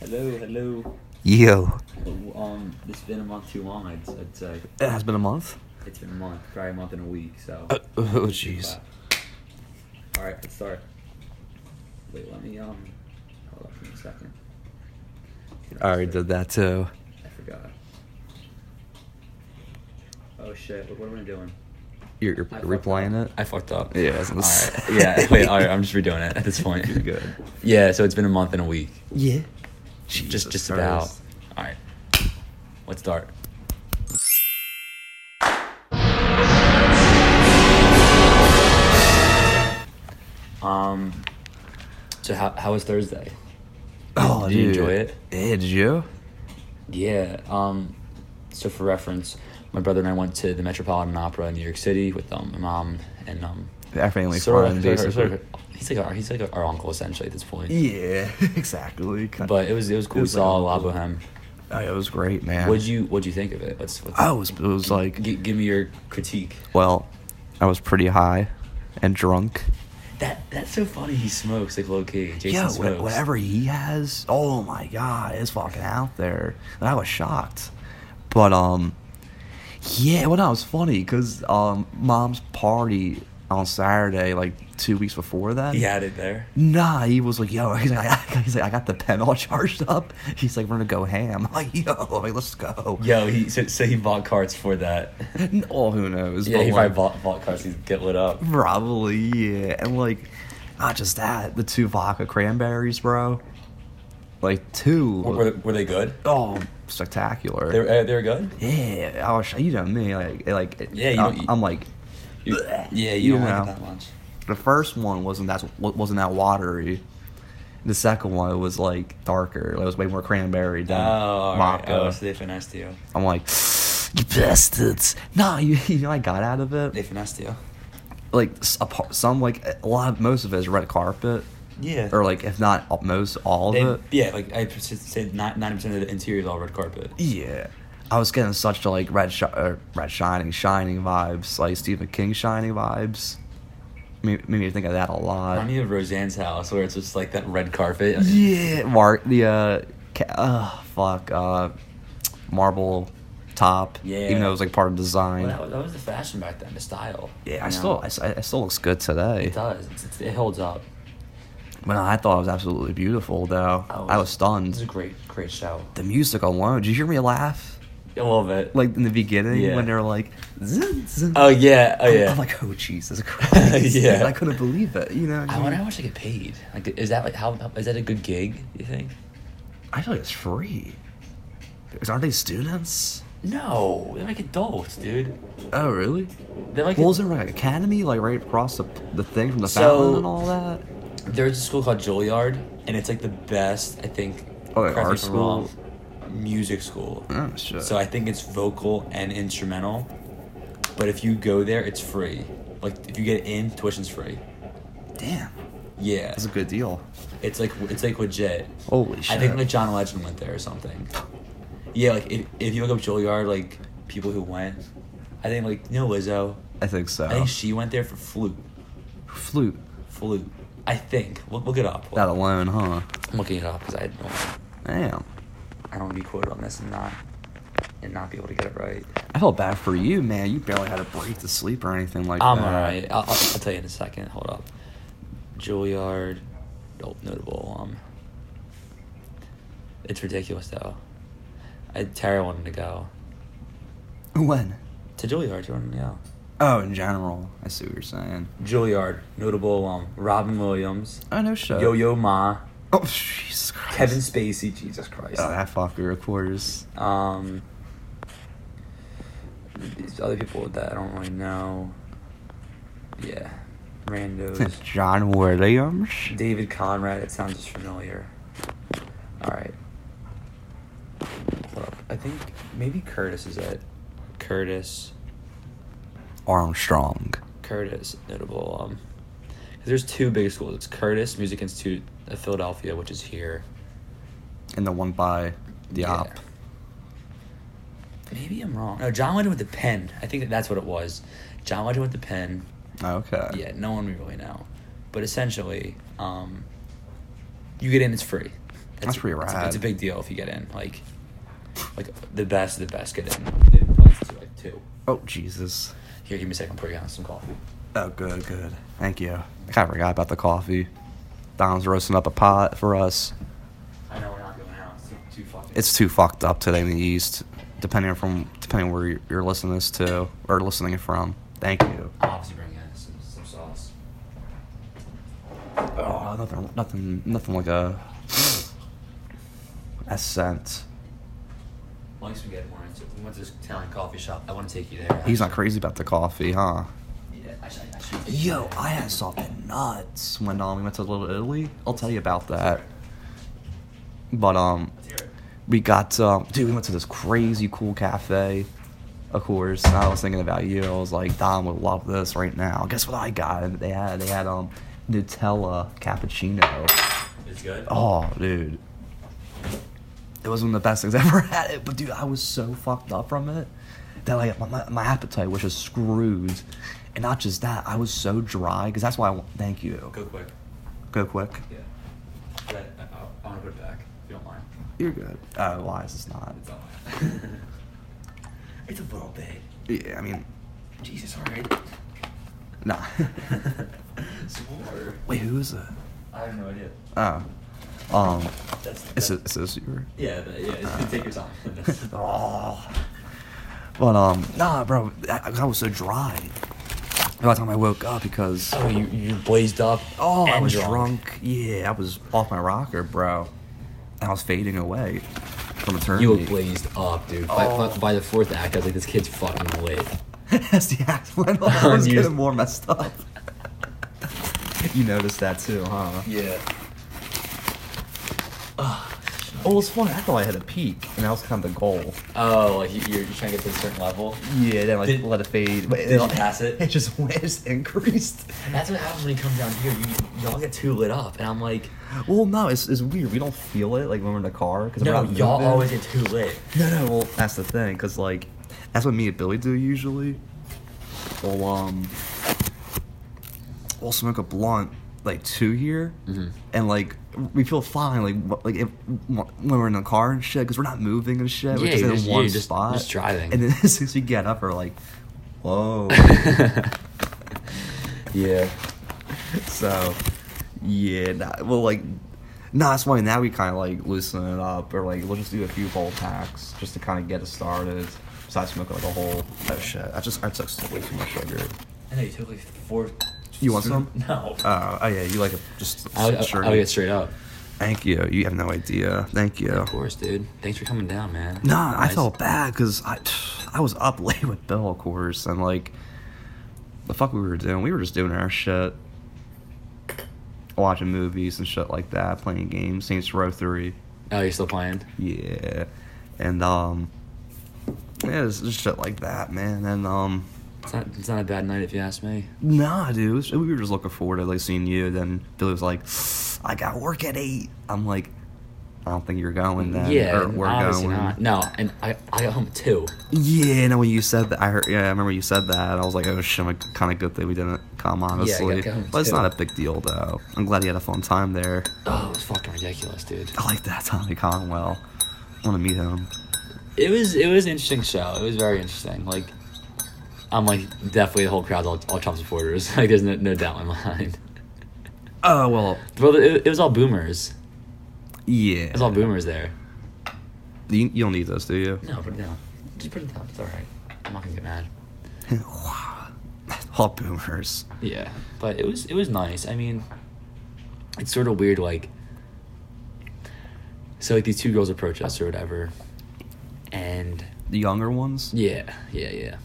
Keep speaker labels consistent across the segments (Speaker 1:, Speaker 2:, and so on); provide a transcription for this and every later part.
Speaker 1: Hello, hello.
Speaker 2: Yo.
Speaker 1: Um, it's been a month too long. I'd, I'd say
Speaker 2: It has been a month.
Speaker 1: it's been a month, probably a month and a week. So.
Speaker 2: Uh, oh, jeez.
Speaker 1: All right, let's start. Wait, let me um. Hold up for a second.
Speaker 2: I already did that too.
Speaker 1: I forgot. Oh shit! What, what am I doing?
Speaker 2: You're, you're
Speaker 1: I fucked
Speaker 2: replaying
Speaker 1: up.
Speaker 2: it?
Speaker 1: I fucked up.
Speaker 2: Yeah, I was gonna
Speaker 1: All right.
Speaker 2: say.
Speaker 1: Yeah. Wait. All right. I'm just redoing it at this point.
Speaker 2: You're good.
Speaker 1: Yeah. So it's been a month and a week.
Speaker 2: Yeah.
Speaker 1: just just about. All right. Let's start. Um. So how how was Thursday?
Speaker 2: Oh,
Speaker 1: Did you
Speaker 2: dude.
Speaker 1: enjoy it?
Speaker 2: Yeah, did you?
Speaker 1: Yeah. Um. So for reference, my brother and I went to the Metropolitan Opera in New York City with um, my mom and um.
Speaker 2: Our family
Speaker 1: sort of-
Speaker 2: fun,
Speaker 1: sort of-
Speaker 2: basically.
Speaker 1: sort of- he's like our, he's like our uncle essentially at this point.
Speaker 2: Yeah, exactly. Kind
Speaker 1: But it was it was cool.
Speaker 2: It
Speaker 1: We
Speaker 2: was like
Speaker 1: saw
Speaker 2: a
Speaker 1: La
Speaker 2: little-
Speaker 1: Boheme.
Speaker 2: oh, yeah, it was great, man.
Speaker 1: What'd you What'd you think of it? Let's. let's
Speaker 2: I was, it was like,
Speaker 1: G- give me your critique.
Speaker 2: well, I was pretty high and drunk.
Speaker 1: That that's so funny. He smokes like low key. Jason
Speaker 2: yeah, wha-
Speaker 1: smokes.
Speaker 2: whatever he has. Oh my god, it's fucking out there. And I was shocked, but um, yeah. Well, no, it was funny because um, mom's party on Saturday, like two weeks before that.
Speaker 1: He had it there.
Speaker 2: Nah, he was like, yo, he's like, I, he's like, I got the pen all charged up. He's like, we're gonna go ham. I'm like, yo, I'm like, let's go.
Speaker 1: Yo, he so, so he bought carts for that.
Speaker 2: Oh, who knows?
Speaker 1: yeah,
Speaker 2: but,
Speaker 1: he
Speaker 2: like-
Speaker 1: probably bought bought carts. He's get lit up.
Speaker 2: Probably, yeah. And like, not just that, the two vodka cranberries, bro. Like two.
Speaker 1: Were, were, they, were they good?
Speaker 2: Oh, spectacular!
Speaker 1: They were, uh, they were good.
Speaker 2: yeah, I was. You know me, like, like.
Speaker 1: Yeah, you
Speaker 2: I'm,
Speaker 1: don't-
Speaker 2: I'm like,
Speaker 1: You- yeah, you,
Speaker 2: You
Speaker 1: don't
Speaker 2: know.
Speaker 1: like it that much.
Speaker 2: the first one wasn't that wasn't that watery. The second one was like darker. It was way more cranberry
Speaker 1: Oh,
Speaker 2: than
Speaker 1: all right.
Speaker 2: maca.
Speaker 1: oh, so they finessed you.
Speaker 2: I'm like, you bastards! Nah, you, you know I got out of it.
Speaker 1: They finessed you.
Speaker 2: like s- a par- some like a lot of most of it is red carpet,
Speaker 1: Yeah.
Speaker 2: or like if not all- most all of
Speaker 1: They-
Speaker 2: it.
Speaker 1: yeah, like I pers- say, ninety percent of the interior is all red carpet.
Speaker 2: Yeah. I was getting such the like red, shi- uh, red shining, shining vibes, like Stephen King shining vibes. Made, made me think of that a
Speaker 1: Remind
Speaker 2: lot.
Speaker 1: me of Roseanne's house, where it's just like that red carpet.
Speaker 2: Yeah, Mark the uh, ca- uh, fuck, uh, marble top. even
Speaker 1: Yeah.
Speaker 2: though it was like part of design.
Speaker 1: Well, that, was, that was the fashion back then, the style.
Speaker 2: yeah,
Speaker 1: you
Speaker 2: I
Speaker 1: know?
Speaker 2: still, I, s- I still looks good today.
Speaker 1: It does. It's, it's, it holds up.
Speaker 2: But no, I thought it was absolutely beautiful, though.
Speaker 1: Oh,
Speaker 2: I was
Speaker 1: It's a
Speaker 2: stunned.
Speaker 1: great, great show.
Speaker 2: The music alone. Did you hear me laugh?
Speaker 1: I love it.
Speaker 2: Like in the beginning
Speaker 1: Yeah.
Speaker 2: when they're like, zin, zin.
Speaker 1: oh yeah, oh
Speaker 2: I'm-
Speaker 1: yeah.
Speaker 2: I'm like, oh Jesus Christ!
Speaker 1: Yeah.
Speaker 2: I couldn't believe it. You know,
Speaker 1: I wonder how much I get paid. Like, is that like how is that a good gig? You think?
Speaker 2: I feel like it's free. 'Cause Aren't they students?
Speaker 1: No, they're like adults, dude.
Speaker 2: Oh, really?
Speaker 1: They're like
Speaker 2: Well, is there like academy like right across the, the thing from the
Speaker 1: So-
Speaker 2: fountain and all that?
Speaker 1: there's a school called Juilliard, and it's like the best. I think.
Speaker 2: Oh, like
Speaker 1: correct me
Speaker 2: art
Speaker 1: if I'm wrong, music school.
Speaker 2: Oh shit!
Speaker 1: So I think it's vocal and instrumental. But if you go there, it's free. Like if you get in, tuition's free.
Speaker 2: Damn,
Speaker 1: Yeah,
Speaker 2: that's a good deal.
Speaker 1: it's like it's like legit.
Speaker 2: Holy shit!
Speaker 1: I think like John Legend went there or something. Yeah, like if, if you look up Juilliard, like people who went, I think like you know Lizzo.
Speaker 2: I think so.
Speaker 1: I think she went there for flute.
Speaker 2: Flute.
Speaker 1: Flute. I think. Look, look it up.
Speaker 2: That alone, huh?
Speaker 1: I'm looking it up because I don't.
Speaker 2: Damn.
Speaker 1: I don't want to be quoted on this and not and not be able to get it right.
Speaker 2: I felt bad for you, man. You barely had a break to sleep or anything like
Speaker 1: I'm
Speaker 2: that.
Speaker 1: alright. I'll, I'll, I'll tell you in a second. Hold up. Juilliard. Oh, notable. Um. It's ridiculous though. I Tara wanted to go
Speaker 2: When?
Speaker 1: to Juilliard. She wanted to go.
Speaker 2: Oh, in general. I see what you're saying.
Speaker 1: Juilliard, notable um, Robin Williams,
Speaker 2: Oh no, shit.
Speaker 1: Yo Yo Ma,
Speaker 2: Oh Jesus Christ.
Speaker 1: Kevin Spacey, Jesus Christ.
Speaker 2: Oh, that fucker, of course.
Speaker 1: Um, these other people that I don't really know. Yeah, randos.
Speaker 2: John Williams.
Speaker 1: David Conrad. It sounds just familiar. All right. Hold up. I think maybe Curtis is it. Curtis.
Speaker 2: Armstrong.
Speaker 1: Curtis, notable. Um, 'cause there's two big schools. It's Curtis Music Institute of Philadelphia, which is here.
Speaker 2: And the one by the op.
Speaker 1: Maybe I'm wrong. No, John Legend with the pen. I think that that's what it was. John Legend with the pen.
Speaker 2: Okay.
Speaker 1: Yeah, no one we really know. But essentially, um, you get in, it's free. It's-
Speaker 2: That's pretty
Speaker 1: it's-
Speaker 2: rad.
Speaker 1: It's, a big deal if you get in. Like, like the best of the best get in. They have places to, like two.
Speaker 2: Oh Jesus.
Speaker 1: Here, give me a second. I'm pouring out some coffee.
Speaker 2: Oh, good, good. Thank you. I kind of forgot about the coffee. Don's roasting up a pot for us.
Speaker 1: I know we're not going out. It's too, too fucking.
Speaker 2: It's too fucked up today in the East, depending from depending where you're- you're listening this to or listening from. Thank you.
Speaker 1: I'm obviously bringing in some, some sauce.
Speaker 2: Oh, nothing, nothing, nothing like a a scent.
Speaker 1: Mike's been getting more into. We went to this Italian coffee shop. I want to take you there.
Speaker 2: He's not crazy about the coffee, huh?
Speaker 1: Yeah, I should- I should-
Speaker 2: Yo, I had something nuts when um, we went to Little Italy. I'll tell you about that. But um,
Speaker 1: Let's hear it.
Speaker 2: we got um, dude. We went to this crazy cool cafe. Of course, and I was thinking about you. I was like, Don would love this right now. Guess what I got? And They had they had um Nutella cappuccino.
Speaker 1: It's good.
Speaker 2: Oh, dude, it was one of the best things I ever had. It, but dude, I was so fucked up from it that like my, my, my appetite was just screwed. And not just that, I was so dry because that's why. I, wa- thank you.
Speaker 1: Go quick.
Speaker 2: Go quick.
Speaker 1: Yeah. But I, I, I want to put it back. If you don't mind.
Speaker 2: You're good. Oh, why is this not?
Speaker 1: It's not mine. it's a little big.
Speaker 2: Yeah, I mean,
Speaker 1: Jesus, all right.
Speaker 2: nah.
Speaker 1: Swore.
Speaker 2: Wait, who is it?
Speaker 1: I have no idea.
Speaker 2: Oh, um,
Speaker 1: That's.
Speaker 2: it's
Speaker 1: that's
Speaker 2: a, it's a super.
Speaker 1: yeah, but yeah. It's, take your time.
Speaker 2: oh. But um, nah, bro, I, I was so dry by the time I woke up because
Speaker 1: oh, you you blazed up.
Speaker 2: oh, I
Speaker 1: and
Speaker 2: was drunk. Yeah, I was off my rocker, bro. I was fading away from eternity.
Speaker 1: You were blazed up, dude. By,
Speaker 2: Oh.
Speaker 1: by, by the fourth act, I was like, this kid's fucking lit.
Speaker 2: As the act went on, I was
Speaker 1: You-
Speaker 2: getting more messed up. you noticed that too, huh?
Speaker 1: Yeah.
Speaker 2: Oh, it was funny. I thought I had a peak, and that was kind of the goal.
Speaker 1: Oh, like you, you're, you're trying to get to a certain level.
Speaker 2: Yeah, then like
Speaker 1: Did-
Speaker 2: let it fade. But
Speaker 1: did
Speaker 2: it,
Speaker 1: you pass it?
Speaker 2: It just went, it just increased.
Speaker 1: That's what happens when you come down here. You, y'all get too lit up, and I'm like,
Speaker 2: Well, no, it's, it's weird. We don't feel it like when we're in the car because
Speaker 1: no,
Speaker 2: we're not
Speaker 1: y'all
Speaker 2: moving.
Speaker 1: always get too lit.
Speaker 2: No, no. Well, that's the thing because like that's what me and Billy do usually. We'll um, we'll smoke a blunt like two here,
Speaker 1: Mm-hmm.
Speaker 2: and like we feel fine like wh- like if, when we're in the car and shit because we're not moving and shit. we're
Speaker 1: Yeah,
Speaker 2: just
Speaker 1: you're
Speaker 2: in
Speaker 1: just-
Speaker 2: one
Speaker 1: you're just-
Speaker 2: spot,
Speaker 1: just driving.
Speaker 2: And then as soon as we get up, we're like, whoa.
Speaker 1: Yeah.
Speaker 2: So, yeah, nah, well, like, nah, that's why now we kind of like loosen it up, or like we'll just do a few bowl packs just to kind of get it started. Besides smoking like a whole oh shit, I just I took way too much sugar.
Speaker 1: I know you took like four.
Speaker 2: You want some?
Speaker 1: No.
Speaker 2: Oh, oh yeah, you like it just
Speaker 1: I would,
Speaker 2: sure.
Speaker 1: I would get straight up.
Speaker 2: Thank you. You have no idea. Thank you.
Speaker 1: Of course, dude. Thanks for coming down, man.
Speaker 2: Nah, I
Speaker 1: Nice.
Speaker 2: felt bad because I I was up late with Bill, of course, and like the fuck we were doing, we were just doing our shit, watching movies and shit like that, playing games, Saints Row Three.
Speaker 1: Oh, you're still playing?
Speaker 2: Yeah. And um yeah, it's just shit like that, man. And um
Speaker 1: It's not. It's not a bad night if you ask me.
Speaker 2: nah, dude, it was- we were just looking forward to like seeing you. Then Billy was like, "I got work at 8. I'm like, "I don't think you're going then."
Speaker 1: yeah,
Speaker 2: or we're
Speaker 1: obviously
Speaker 2: going.
Speaker 1: not. No, and I I got home at two.
Speaker 2: Yeah, no, when you said that, I heard. Yeah, I remember you said that. I was like, "Oh shit, I'm kind of good that we didn't come." Honestly,
Speaker 1: got home
Speaker 2: but it's
Speaker 1: too.
Speaker 2: not a big deal though. I'm glad you had a fun time there.
Speaker 1: Oh, it was fucking ridiculous, dude.
Speaker 2: I like that Tommy Conwell. I want to meet him.
Speaker 1: It was it was an interesting show. It was very interesting. Like I'm like definitely the whole crowd's all, all Trump supporters. Like there's no, no doubt in my mind.
Speaker 2: Oh well,
Speaker 1: Well, it, it was all boomers.
Speaker 2: yeah.
Speaker 1: It was all boomers there.
Speaker 2: You, you don't need those, do you?
Speaker 1: No, put it down. Just put it down. It's all right. I'm not gonna get mad.
Speaker 2: All boomers.
Speaker 1: Yeah, but it was it was nice. I mean, it's sort of weird. Like, so like these two girls approach us or whatever, and
Speaker 2: The younger ones?
Speaker 1: yeah, yeah, yeah,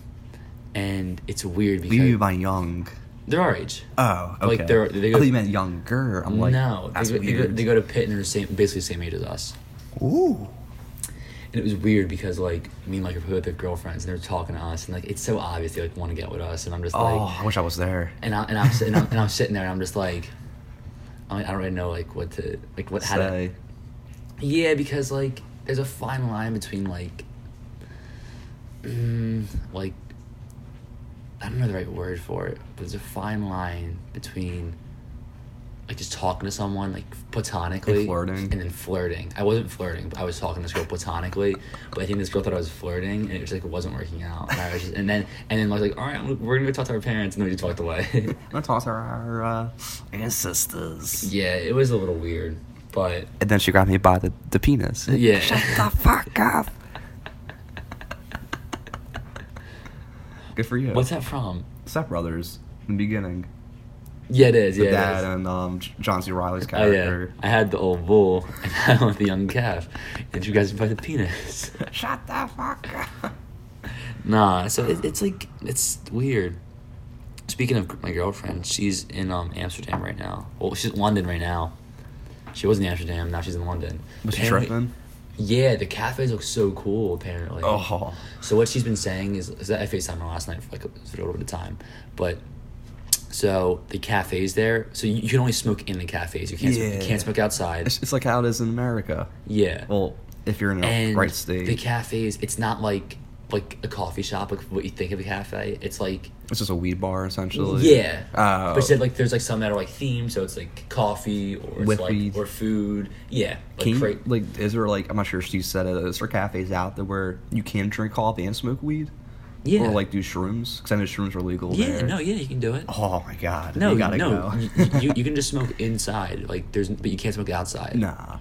Speaker 1: and it's weird
Speaker 2: We mean
Speaker 1: because
Speaker 2: by young.
Speaker 1: they're our age.
Speaker 2: Oh, okay.
Speaker 1: Like, they're- they
Speaker 2: I
Speaker 1: go-
Speaker 2: thought you meant younger. I'm like,
Speaker 1: no,
Speaker 2: that's
Speaker 1: they go, they, go,
Speaker 2: weird.
Speaker 1: they go to Pitt and they're same, basically the same age as us.
Speaker 2: Ooh.
Speaker 1: And it was weird because like me and like are with their girlfriends and they're talking to us and like it's so obvious they like want to get with us and I'm just
Speaker 2: Oh,
Speaker 1: like
Speaker 2: I wish I was there.
Speaker 1: and I and I'm, sit- and I'm and I'm sitting there and I'm just like I, mean, I don't really know like what to like what how to
Speaker 2: Say.
Speaker 1: yeah because like there's a fine line between like mm, like I don't know the right word for it but there's a fine line between like just talking to someone like platonically
Speaker 2: And flirting.
Speaker 1: and then flirting. I wasn't flirting, but I was talking to this girl platonically. But I think this girl thought I was flirting, and it was like it wasn't working out. And, I was just, and then and then I was like, all right, I'm- we're gonna go talk to our parents, and then we just walked away.
Speaker 2: I'm gonna talk to our uh, ancestors.
Speaker 1: yeah, it was a little weird, but
Speaker 2: And then she grabbed me by the, the penis.
Speaker 1: Yeah.
Speaker 2: Shut the fuck up. Good for you.
Speaker 1: what's that from?
Speaker 2: Step Brothers in the beginning.
Speaker 1: Yeah, it is.
Speaker 2: The
Speaker 1: Yeah, it
Speaker 2: dad
Speaker 1: is.
Speaker 2: and um, J- John C. Riley's
Speaker 1: Oh yeah,
Speaker 2: character.
Speaker 1: I had the old bull and I want the young calf, and you guys invited the penis.
Speaker 2: Shut the fuck up.
Speaker 1: Nah, so it, it's like it's weird. Speaking of my girlfriend, she's in um, Amsterdam right now. Well, she's in London right now. She was in Amsterdam. Now she's in London.
Speaker 2: Was she
Speaker 1: Apparently-
Speaker 2: tripping?
Speaker 1: Yeah, the cafes look so cool. Apparently.
Speaker 2: Oh.
Speaker 1: So what she's been saying is, is that I FaceTimed her last night for like a, for a little bit of time, but so the cafes there, so you, you can only smoke in the cafes. You can't smoke, you
Speaker 2: Yeah.
Speaker 1: can't smoke outside.
Speaker 2: It's, it's like how it is in America.
Speaker 1: Yeah
Speaker 2: Well, if you're in a
Speaker 1: and
Speaker 2: right
Speaker 1: the
Speaker 2: state,
Speaker 1: cafes it's not like like a coffee shop like what you think of a cafe it's like
Speaker 2: it's just a weed bar essentially.
Speaker 1: yeah
Speaker 2: Oh.
Speaker 1: but said like there's like some that are like themed so it's like coffee or it's
Speaker 2: With
Speaker 1: like
Speaker 2: weed.
Speaker 1: or food yeah like,
Speaker 2: Can you,
Speaker 1: cra-
Speaker 2: like, is there like, I'm not sure if you said it, is there cafes out there where you can drink coffee and smoke weed?
Speaker 1: yeah
Speaker 2: Or like do shrooms? Because I know shrooms are legal
Speaker 1: yeah
Speaker 2: there.
Speaker 1: no yeah you can do it
Speaker 2: Oh my god.
Speaker 1: no
Speaker 2: you gotta
Speaker 1: no
Speaker 2: go.
Speaker 1: you, you, you can just smoke inside like there's but you can't smoke outside
Speaker 2: nah.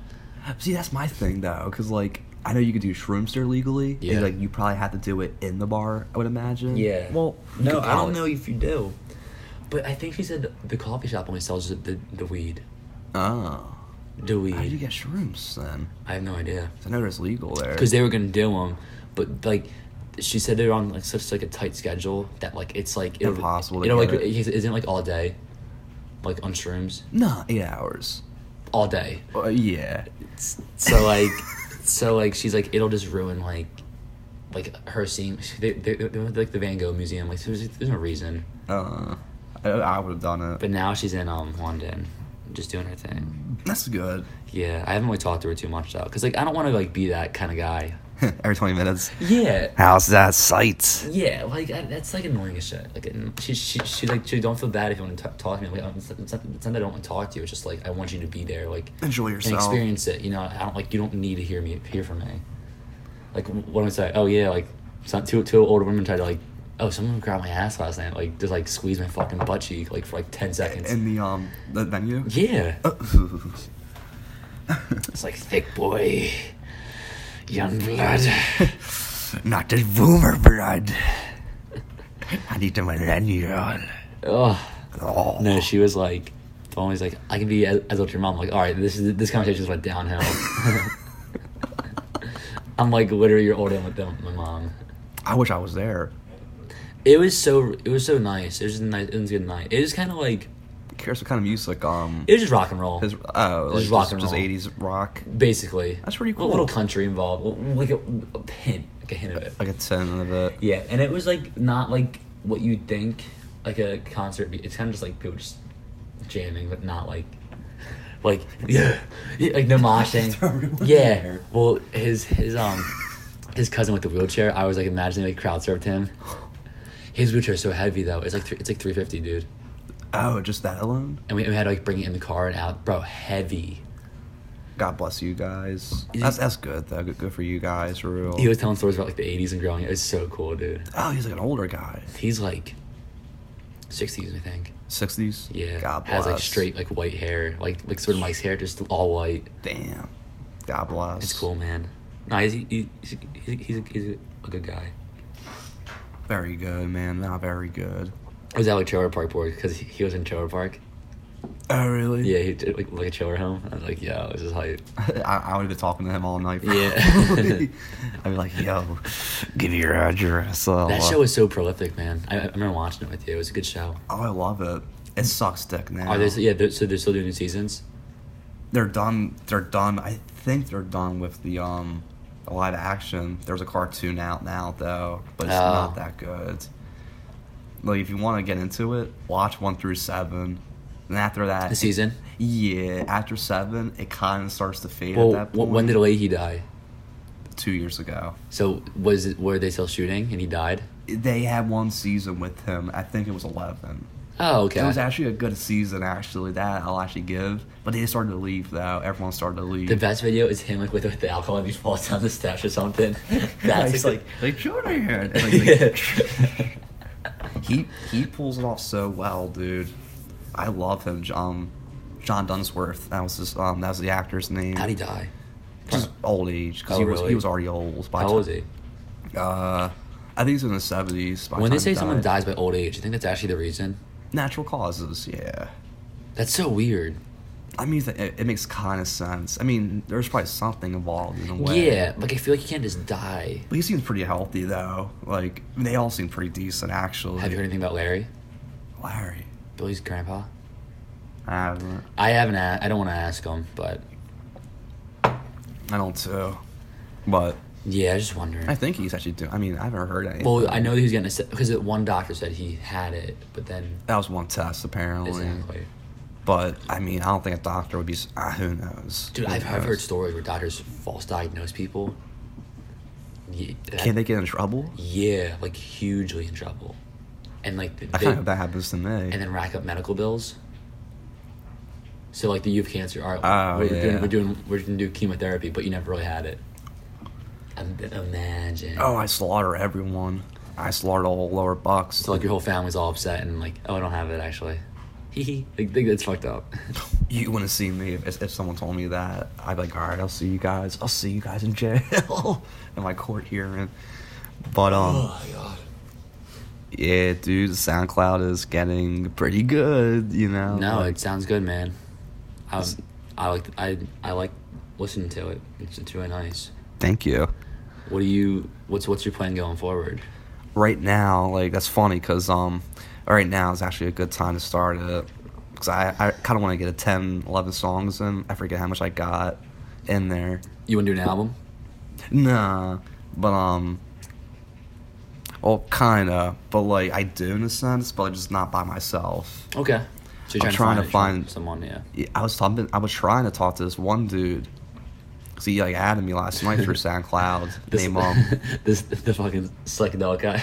Speaker 2: See, that's my thing though, because like, I know you could do shrooms there legally. and,
Speaker 1: Yeah.
Speaker 2: like, you probably have to do it in the bar, I would imagine.
Speaker 1: yeah
Speaker 2: Well, you
Speaker 1: no
Speaker 2: could
Speaker 1: I don't
Speaker 2: probably-
Speaker 1: know if you do but I think she said the coffee shop only sells the the, the weed
Speaker 2: Oh.
Speaker 1: the weed
Speaker 2: How do you get shrooms then?
Speaker 1: I have no idea
Speaker 2: 'Cause I know it's legal there.
Speaker 1: because they were gonna do them, but like she said they're on like such like a tight schedule that like it's like it'll,
Speaker 2: Impossible to
Speaker 1: You know, like
Speaker 2: get
Speaker 1: is isn't it, like all day, like on shrooms
Speaker 2: Nah, eight hours.
Speaker 1: all day.
Speaker 2: Uh, yeah.
Speaker 1: So like, so like she's like it'll just ruin like, like her seeing they they, they, went to, like the Van Gogh Museum like there's, there's no reason.
Speaker 2: Uh, I, I would have done it.
Speaker 1: But now she's in um London, just doing her thing.
Speaker 2: That's good.
Speaker 1: Yeah, I haven't really talked to her too much though, cause like I don't want to like be that kind of guy.
Speaker 2: Every 20 minutes.
Speaker 1: Yeah,
Speaker 2: How's that sight?
Speaker 1: Yeah, like I, that's like annoying as shit. Like and she, she, she, like she don't feel bad if you want to t- talk to me. Like I'm- it's, it's, not, it's not that I don't want to talk to you. It's just like I want you to be there, like
Speaker 2: Enjoy
Speaker 1: and
Speaker 2: yourself.
Speaker 1: experience it. You know, I don't like you don't need to hear me hear from me. Like what am I say? Oh yeah, like some two two older women tried to like. Oh, someone grabbed my ass last night. Like just like squeeze my fucking butt cheek like for like ten seconds.
Speaker 2: In the um the venue.
Speaker 1: yeah, it's like thick boy, young blood.
Speaker 2: Not the boomer blood. I need the millennial.
Speaker 1: Ugh.
Speaker 2: Oh.
Speaker 1: No, she was like, always like, I can be as, as old as your mom. I'm like, all right, this is this conversation just went downhill. I'm like literally your older than than my mom.
Speaker 2: I wish I was there.
Speaker 1: It was so it was so nice. It was just a nice. It was a good night. It was kind of like
Speaker 2: Curious what kind of music um
Speaker 1: it was just rock and roll,
Speaker 2: is oh like
Speaker 1: Just rock
Speaker 2: just,
Speaker 1: and
Speaker 2: just
Speaker 1: roll.
Speaker 2: 80s rock
Speaker 1: basically.
Speaker 2: That's pretty
Speaker 1: A little
Speaker 2: cool.
Speaker 1: country involved, like a, a hint, like a hint of it.
Speaker 2: like a 10 of it.
Speaker 1: Yeah, and it was like not like what you'd think, like a concert. be- It's kind of just like people just jamming, but not like, like yeah, yeah, like no moshing.
Speaker 2: Throw everyone in
Speaker 1: Yeah.
Speaker 2: there.
Speaker 1: Well, his his um his cousin with the wheelchair. I was like imagining like crowd surfed him. His wheelchair's so heavy though. It's like three, it's like three fifty, dude.
Speaker 2: Oh, just that alone.
Speaker 1: And we, we had to like bring it in the car and out, bro. Heavy.
Speaker 2: God bless you guys.
Speaker 1: Is
Speaker 2: That's
Speaker 1: he-
Speaker 2: that's good though. Good, good for you guys, for real.
Speaker 1: He was telling stories about like the eighties and growing. up. It was so cool, dude.
Speaker 2: oh, he's like an older guy.
Speaker 1: He's like sixties, I think.
Speaker 2: 60s.
Speaker 1: Yeah.
Speaker 2: God bless.
Speaker 1: Has like straight like white hair, like like sort of Mike's hair, just all white.
Speaker 2: Damn. God bless.
Speaker 1: It's cool, man. No, he's he, he's he's, he's, a, he's a good guy.
Speaker 2: Very good, man. Not very good.
Speaker 1: I was out with Trailer Park Board because he, he was in Trailer Park.
Speaker 2: Oh really?
Speaker 1: Yeah, he did like, like a trailer home. I was like, yo, this is hype.
Speaker 2: I, I would have been talking to him all night.
Speaker 1: Yeah.
Speaker 2: probably. I'd be like, yo, give me your address. Oh,
Speaker 1: That show was so prolific, man. I, I remember watching it with you. It was a good show.
Speaker 2: oh, I love it. It sucks dick now.
Speaker 1: Are they? Yeah. They're, so they're still doing new seasons.
Speaker 2: They're done. They're done. I think they're done with the um, live action. There's a cartoon out now though, but it's
Speaker 1: Oh.
Speaker 2: not that good. Like, if you want to get into it, watch one through seven, and after that,
Speaker 1: The season.
Speaker 2: yeah, after seven, it kind of starts to fade
Speaker 1: Well,
Speaker 2: at that
Speaker 1: wh-
Speaker 2: point.
Speaker 1: when did Leahy die?
Speaker 2: Two years ago.
Speaker 1: So was it, were they still shooting and he died?
Speaker 2: they had one season with him. I think it was eleven.
Speaker 1: Oh, okay.
Speaker 2: It was actually a good season, actually. That I'll actually give. But they started to leave, though. Everyone started to leave.
Speaker 1: the best video is him like with, with the alcohol and he falls down the steps or something. That's
Speaker 2: He's
Speaker 1: like,
Speaker 2: like Jordan here. And,
Speaker 1: Yeah.
Speaker 2: like, like, he he pulls it off so well, dude. I love him, John. John Dunsworth. That was his. Um, that was the actor's name.
Speaker 1: how'd he die?
Speaker 2: Just old age, because
Speaker 1: Oh,
Speaker 2: he was
Speaker 1: really?
Speaker 2: he was already old. By
Speaker 1: How
Speaker 2: time-
Speaker 1: old is he?
Speaker 2: Uh, I think he's in the seventies.
Speaker 1: When they say someone dies by old age, you think that's actually the reason?
Speaker 2: natural causes, yeah.
Speaker 1: That's so weird.
Speaker 2: I mean, it, it makes kind of sense. I mean, there's probably something involved in a way.
Speaker 1: Yeah, like I feel like you can't just die.
Speaker 2: But he seems pretty healthy though. Like I mean, they all seem pretty decent actually.
Speaker 1: Have you heard anything about Larry?
Speaker 2: Larry?
Speaker 1: Billy's grandpa?
Speaker 2: I haven't.
Speaker 1: I haven't. A- I don't want to ask him, but
Speaker 2: I don't too. But
Speaker 1: yeah, I was just wondering.
Speaker 2: I think he's actually doing. I mean, I haven't heard anything.
Speaker 1: well, I know he was getting because one doctor said he had it, but then
Speaker 2: that was one test apparently.
Speaker 1: exactly.
Speaker 2: But I mean, I don't think a doctor would be. s- Ah, who knows?
Speaker 1: Dude,
Speaker 2: Who
Speaker 1: I've, I've
Speaker 2: knows?
Speaker 1: heard stories where doctors false diagnose people. Yeah, that-
Speaker 2: Can they get in trouble?
Speaker 1: yeah, like hugely in trouble, and like th-
Speaker 2: I
Speaker 1: they-
Speaker 2: kind of hope that happens to me.
Speaker 1: and then rack up medical bills. So like the you have cancer, all right,
Speaker 2: Oh,
Speaker 1: we're,
Speaker 2: yeah.
Speaker 1: doing, we're doing we're gonna do chemotherapy, but you never really had it. Um, Imagine.
Speaker 2: oh, I slaughter everyone. I slaughter all lower bucks.
Speaker 1: So like your whole family's all upset and like, oh, I don't have it actually. Hee hee. Like, think that's fucked up.
Speaker 2: you wouldn't see me if, if someone told me that. I'd be like, all right, I'll see you guys. I'll see you guys in jail in my court hearing. But um,
Speaker 1: Oh my god.
Speaker 2: yeah, dude, SoundCloud is getting pretty good. You know,
Speaker 1: No,
Speaker 2: Like,
Speaker 1: it sounds good, man. I
Speaker 2: It's-
Speaker 1: I like I I like listening to it. It's, it's really nice.
Speaker 2: thank you.
Speaker 1: What do you? What's what's your plan going forward?
Speaker 2: right now, like that's funny because um, right now is actually a good time to start it because I, I kind of want to get a 10, 11 songs in. I forget how much I got in there.
Speaker 1: You want to do an album?
Speaker 2: Nah, but um, well, kinda, but like I do in a sense, but just not by myself.
Speaker 1: Okay. So
Speaker 2: I'm trying to
Speaker 1: it from
Speaker 2: find-
Speaker 1: someone. Yeah.
Speaker 2: Yeah, I was talking, I was trying to talk to this one dude. 'cause he like added me last night through SoundCloud.
Speaker 1: This
Speaker 2: Name um,
Speaker 1: this the fucking psychedelic guy.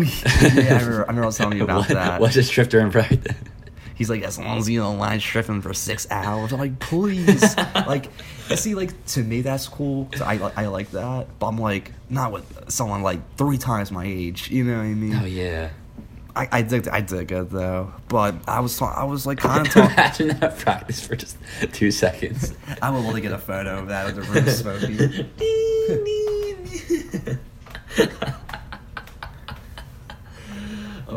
Speaker 2: yeah, I remember, I remember I was telling you about
Speaker 1: what,
Speaker 2: that.
Speaker 1: What just tripped her in pride?
Speaker 2: He's like, as long as you don't mind stripping for six hours. I'm like, please. like, see, like to me that's cool. 'cause I li- I like that, but I'm like, not with someone like three times my age. You know what I mean?
Speaker 1: Oh yeah.
Speaker 2: I, I dig I dig it though, but I was ta- I was like kind of talking.
Speaker 1: Imagine that practice for just two seconds.
Speaker 2: I would love to get a photo of that with the room smoking.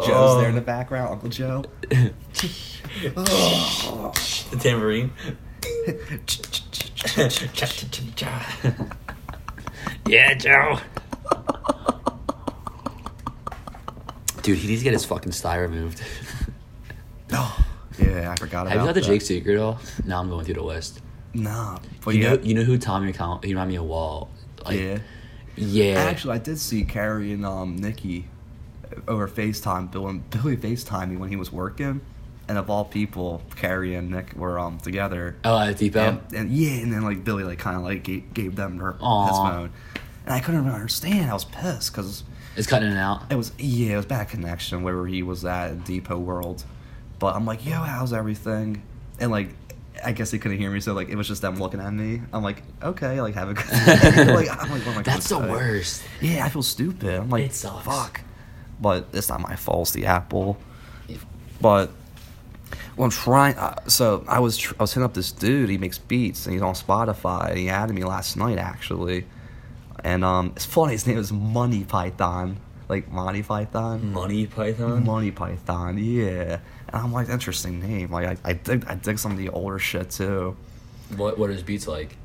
Speaker 2: Joe's there in
Speaker 1: Oh.
Speaker 2: the background, Uncle Joe.
Speaker 1: the tambourine. yeah, Joe. Dude, he needs to get his fucking sty removed.
Speaker 2: Oh, Yeah, I forgot about.
Speaker 1: Have you got the
Speaker 2: that.
Speaker 1: Jake Seeger at all? No, I'm going through the list.
Speaker 2: Nah, but
Speaker 1: You
Speaker 2: yeah,
Speaker 1: know, you know who Tommy Con- he reminded me of Wall. Like,
Speaker 2: yeah.
Speaker 1: yeah.
Speaker 2: Actually, I did see Carrie and um, Nikki over FaceTime. Bill and Billy FaceTimed me when he was working, and of all people, Carrie and Nick were um together.
Speaker 1: oh, uh, Depot.
Speaker 2: And, and yeah, and then like Billy like kind of like gave, gave them her his
Speaker 1: Aw.
Speaker 2: phone, and I couldn't even understand. I was pissed because
Speaker 1: It's cutting it out.
Speaker 2: it was yeah, it was bad connection wherever he was at in Depot World, but I'm like, yo, how's everything? And like. I guess they couldn't hear me, so like it was just them looking at me. I'm like, okay, like have a good. like, I'm like, what am I gonna
Speaker 1: That's the
Speaker 2: say?
Speaker 1: worst.
Speaker 2: Yeah, I feel stupid. I'm like,
Speaker 1: It sucks.
Speaker 2: fuck. But it's not my fault. It's the Apple. But well, I'm trying. Uh, so I was tr- I was hitting up this dude. He makes beats and he's on Spotify. And he added me last night actually. And um, it's funny. His name is Money Python. Like Monty Python.
Speaker 1: Money Python.
Speaker 2: Money Python. Yeah. And I'm like, interesting name. Like I I dig, I dig some of the older shit too.
Speaker 1: What what are his beats like?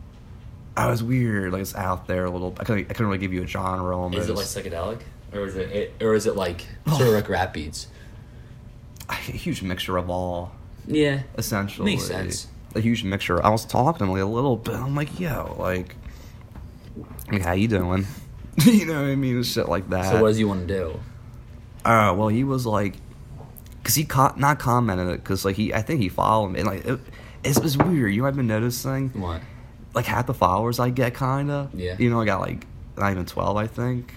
Speaker 2: I was weird. Like it's out there a little. I couldn't I couldn't really give you a genre.
Speaker 1: Is
Speaker 2: Almost.
Speaker 1: it like psychedelic, or is it, or is it like sort of like rap beats?
Speaker 2: a huge mixture of all.
Speaker 1: Yeah.
Speaker 2: essentially.
Speaker 1: Makes sense.
Speaker 2: A huge mixture. I was talking to him like a little bit. I'm like, yo, like, like how you doing? you know what I mean? Shit like that.
Speaker 1: So what does he want to do?
Speaker 2: Uh, well, he was like, cause he co- not commented it, cause like he, I think he followed me, and like it, it's, it's weird. You know, what I've been noticing,
Speaker 1: What?
Speaker 2: like half the followers I get, kinda.
Speaker 1: Yeah.
Speaker 2: You know, I got like not even twelve, I think.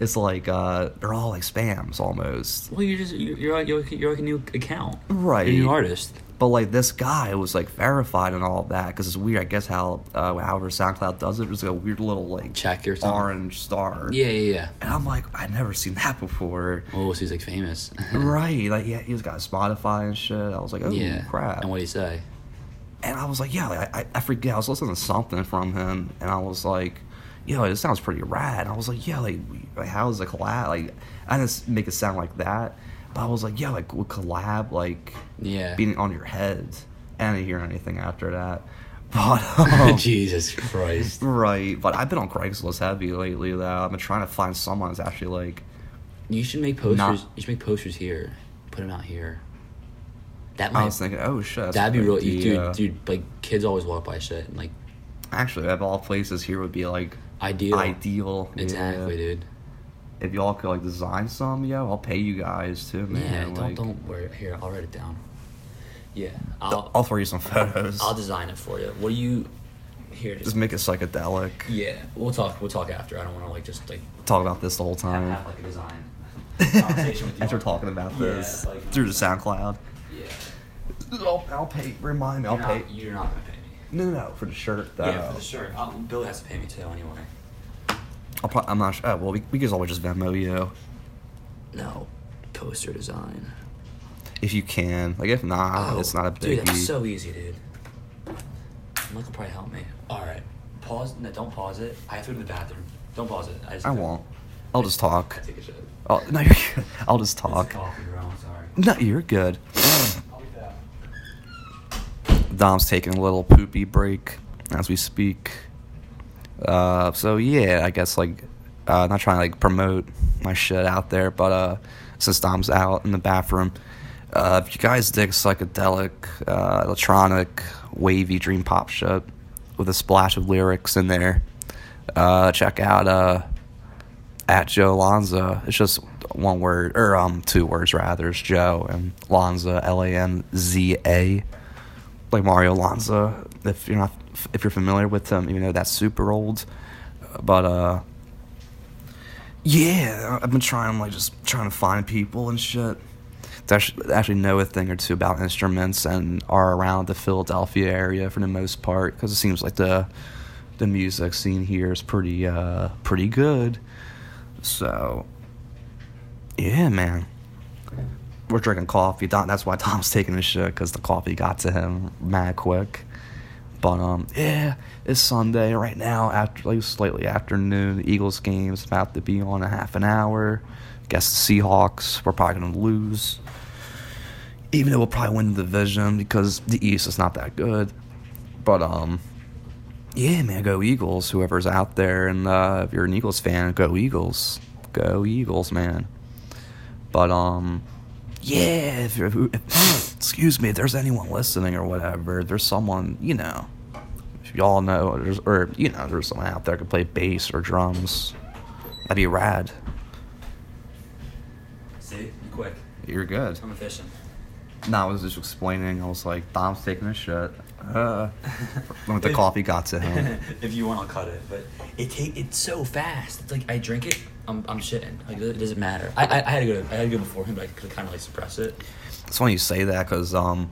Speaker 2: It's like uh, they're all like spams almost.
Speaker 1: Well, you're just you're you're like, you're like- you're like a new account,
Speaker 2: Right.
Speaker 1: You're a new artist.
Speaker 2: But like this guy was like verified and all that because it's weird. I guess how uh, however SoundCloud does it. There's like a weird little like
Speaker 1: Check or something.
Speaker 2: orange star.
Speaker 1: Yeah, yeah, yeah.
Speaker 2: And I'm like, I've never seen that before.
Speaker 1: Oh, so he's like famous.
Speaker 2: right. Like yeah, he's got Spotify and shit. I was like, oh
Speaker 1: yeah.
Speaker 2: crap.
Speaker 1: And what do you say?
Speaker 2: and I was like, yeah, like, I, I forget. I was listening to something from him, and I was like, yo, this sounds pretty rad. And I was like, yeah, like, we- like how is a collab? Like, I didn't make it sound like that, but I was like, yeah, like, would collab, like,
Speaker 1: Yeah.
Speaker 2: being on your head? And I didn't hear anything after that. But, um,
Speaker 1: Jesus Christ.
Speaker 2: right. But I've been on Craigslist heavy lately, though. I've been trying to find someone that's actually like,
Speaker 1: You should make posters.
Speaker 2: Not-
Speaker 1: You should make posters here. Put them out here. That
Speaker 2: I
Speaker 1: might.
Speaker 2: was thinking, oh shit. that's
Speaker 1: that'd
Speaker 2: a
Speaker 1: be
Speaker 2: good
Speaker 1: really, you-
Speaker 2: idea.
Speaker 1: dude. Dude, like kids always walk by shit and like
Speaker 2: Actually, of all places, here would be like
Speaker 1: ideal.
Speaker 2: ideal.
Speaker 1: Exactly,
Speaker 2: yeah.
Speaker 1: dude.
Speaker 2: if y'all could like design some, yeah, I'll pay you guys too, man.
Speaker 1: Yeah. don't
Speaker 2: like,
Speaker 1: don't worry. Here, I'll write it down. Yeah. I'll
Speaker 2: I'll throw you some photos.
Speaker 1: I'll design it for you. What do you? Here.
Speaker 2: just
Speaker 1: Just,
Speaker 2: make it psychedelic.
Speaker 1: yeah. We'll talk. We'll talk after. I don't want to like just like
Speaker 2: Talk about this the whole
Speaker 1: have,
Speaker 2: time.
Speaker 1: have like a design conversation with you.
Speaker 2: After Um, talking about this
Speaker 1: Yeah, like-
Speaker 2: through the SoundCloud,
Speaker 1: Yeah.
Speaker 2: I'll, I'll pay. Remind me, I'll
Speaker 1: You're not,
Speaker 2: pay.
Speaker 1: you're not gonna pay me.
Speaker 2: No, no, no, for the shirt though.
Speaker 1: Yeah, for the shirt. I'll, Bill has to pay me too anyway.
Speaker 2: I'll pro- I'm not sure. Oh, well, we, we could always just Venmo you
Speaker 1: No, poster design.
Speaker 2: if you can. Like if not, Ah, it's not a
Speaker 1: Oh, Dude,
Speaker 2: biggie.
Speaker 1: that's so easy, dude. Michael probably help me. All right, pause. No, don't pause it. I have to go to the bathroom. Don't pause it. I, just
Speaker 2: I won't. I'll just talk.
Speaker 1: I take a shit. It's
Speaker 2: Oh no, you're good. I'll just
Speaker 1: the
Speaker 2: talk.
Speaker 1: Coffee, bro. I'm sorry.
Speaker 2: No, you're good.
Speaker 1: I'll be back.
Speaker 2: Dom's taking a little poopy break as we speak. Uh, so yeah, I guess like uh, not trying to like promote my shit out there, but uh, since Dom's out in the bathroom, uh, if you guys dig psychedelic, uh, electronic, wavy dream pop shit with a splash of lyrics in there, uh, check out uh, at Joe Lanza. It's just one word or um two words rather. It's Joe and Lanza, L A N Z A like Mario Lanza. If you're not, if you're familiar with him, you know that's super old. But uh, yeah, I've been trying like just trying to find people and shit. That actu- that actually know a thing or two about instruments and are around the Philadelphia area for the most part because it seems like the the music scene here is pretty uh pretty good. So yeah, man we're drinking coffee. Don, that's why Tom's taking his shit because the coffee got to him mad quick. But um, yeah, it's Sunday right now. After like slightly afternoon, the Eagles game's about to be on in half an hour. Guess the Seahawks. We're probably gonna lose, even though we'll probably win the division because the East is not that good. But um, yeah, man, go Eagles. Whoever's out there, and uh, if you're an Eagles fan, go Eagles. Go Eagles, man. But um, yeah. If, you're- excuse me. If there's anyone listening or whatever, there's someone you know. If y'all know, there's, or you know, there's someone out there that could play bass or drums. That'd be rad.
Speaker 1: See, you quick.
Speaker 2: You're good.
Speaker 1: I'm efficient.
Speaker 2: No, I was just explaining. I was like, Dom's taking a shit. Uh, when the coffee got to him.
Speaker 1: if you want, I'll cut it. But it take it's so fast. It's like I drink it, I'm, I'm shitting. Like it doesn't matter. I, I, I had to go. I had to go before him, but I could kind of like suppress it.
Speaker 2: It's funny you say that because um,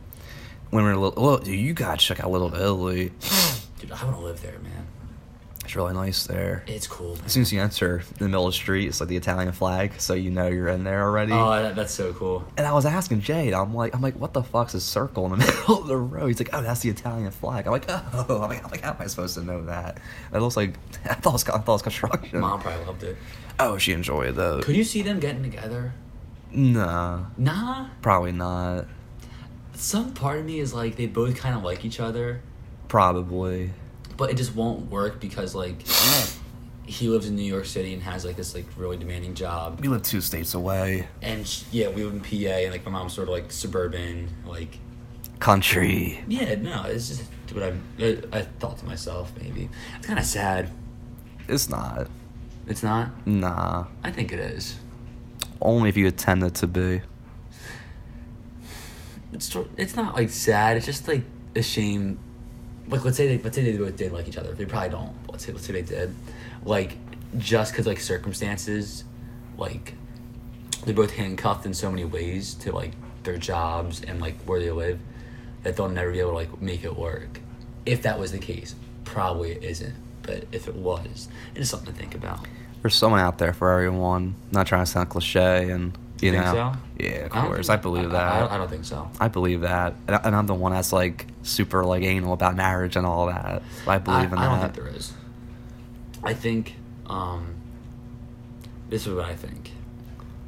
Speaker 2: when we were little, look, dude, you gotta check out Little Italy.
Speaker 1: Dude, I want to live there, man.
Speaker 2: It's really nice there.
Speaker 1: It's cool. Man.
Speaker 2: As soon as you enter the middle of the street, it's like the Italian flag, so you know you're in there already.
Speaker 1: Oh, that, that's so cool.
Speaker 2: And I was asking Jade, I'm like, I'm like, what the fuck's a circle in the middle of the road? He's like, oh, that's the Italian flag. I'm like, oh, I'm like, I'm like how am I supposed to know that? That looks like, I thought it was, I thought it was construction.
Speaker 1: Mom probably loved it.
Speaker 2: Oh, she enjoyed those.
Speaker 1: Could you see them getting together?
Speaker 2: Nah,
Speaker 1: Nah.
Speaker 2: probably not.
Speaker 1: Some part of me is like they both kind of like each other,
Speaker 2: Probably.
Speaker 1: but it just won't work because like he lives in New York City and has like this like really demanding job,
Speaker 2: We live two states away.
Speaker 1: and sh yeah, we live in PA, and like my mom's sort of like suburban, like
Speaker 2: Country.
Speaker 1: yeah, no, it's just what I'm- I I thought to myself maybe it's kind of sad.
Speaker 2: It's not.
Speaker 1: It's not.
Speaker 2: Nah.
Speaker 1: I think it is.
Speaker 2: Only if you intend it to be.
Speaker 1: it's sor- it's not like sad. It's just like a shame. Like let's say they let's say they both did like each other. They probably don't. but Let's say let's say they did. Like just because like circumstances like they're both handcuffed in so many ways to like their jobs and like where they live that they'll never be able to like make it work. If that was the case, probably it isn't. But if it was, it's something to think about.
Speaker 2: There's someone out there for everyone. Not trying to sound cliche, and you,
Speaker 1: think
Speaker 2: know,
Speaker 1: so?
Speaker 2: yeah, of
Speaker 1: I don't
Speaker 2: course, I
Speaker 1: think-
Speaker 2: believe
Speaker 1: I- I,
Speaker 2: that.
Speaker 1: I don't think so.
Speaker 2: I believe that, and, I, and I'm the one that's like super like anal about marriage and all that. I
Speaker 1: I,
Speaker 2: believe in
Speaker 1: I don't think
Speaker 2: that.
Speaker 1: there is. I think um, this is what I think.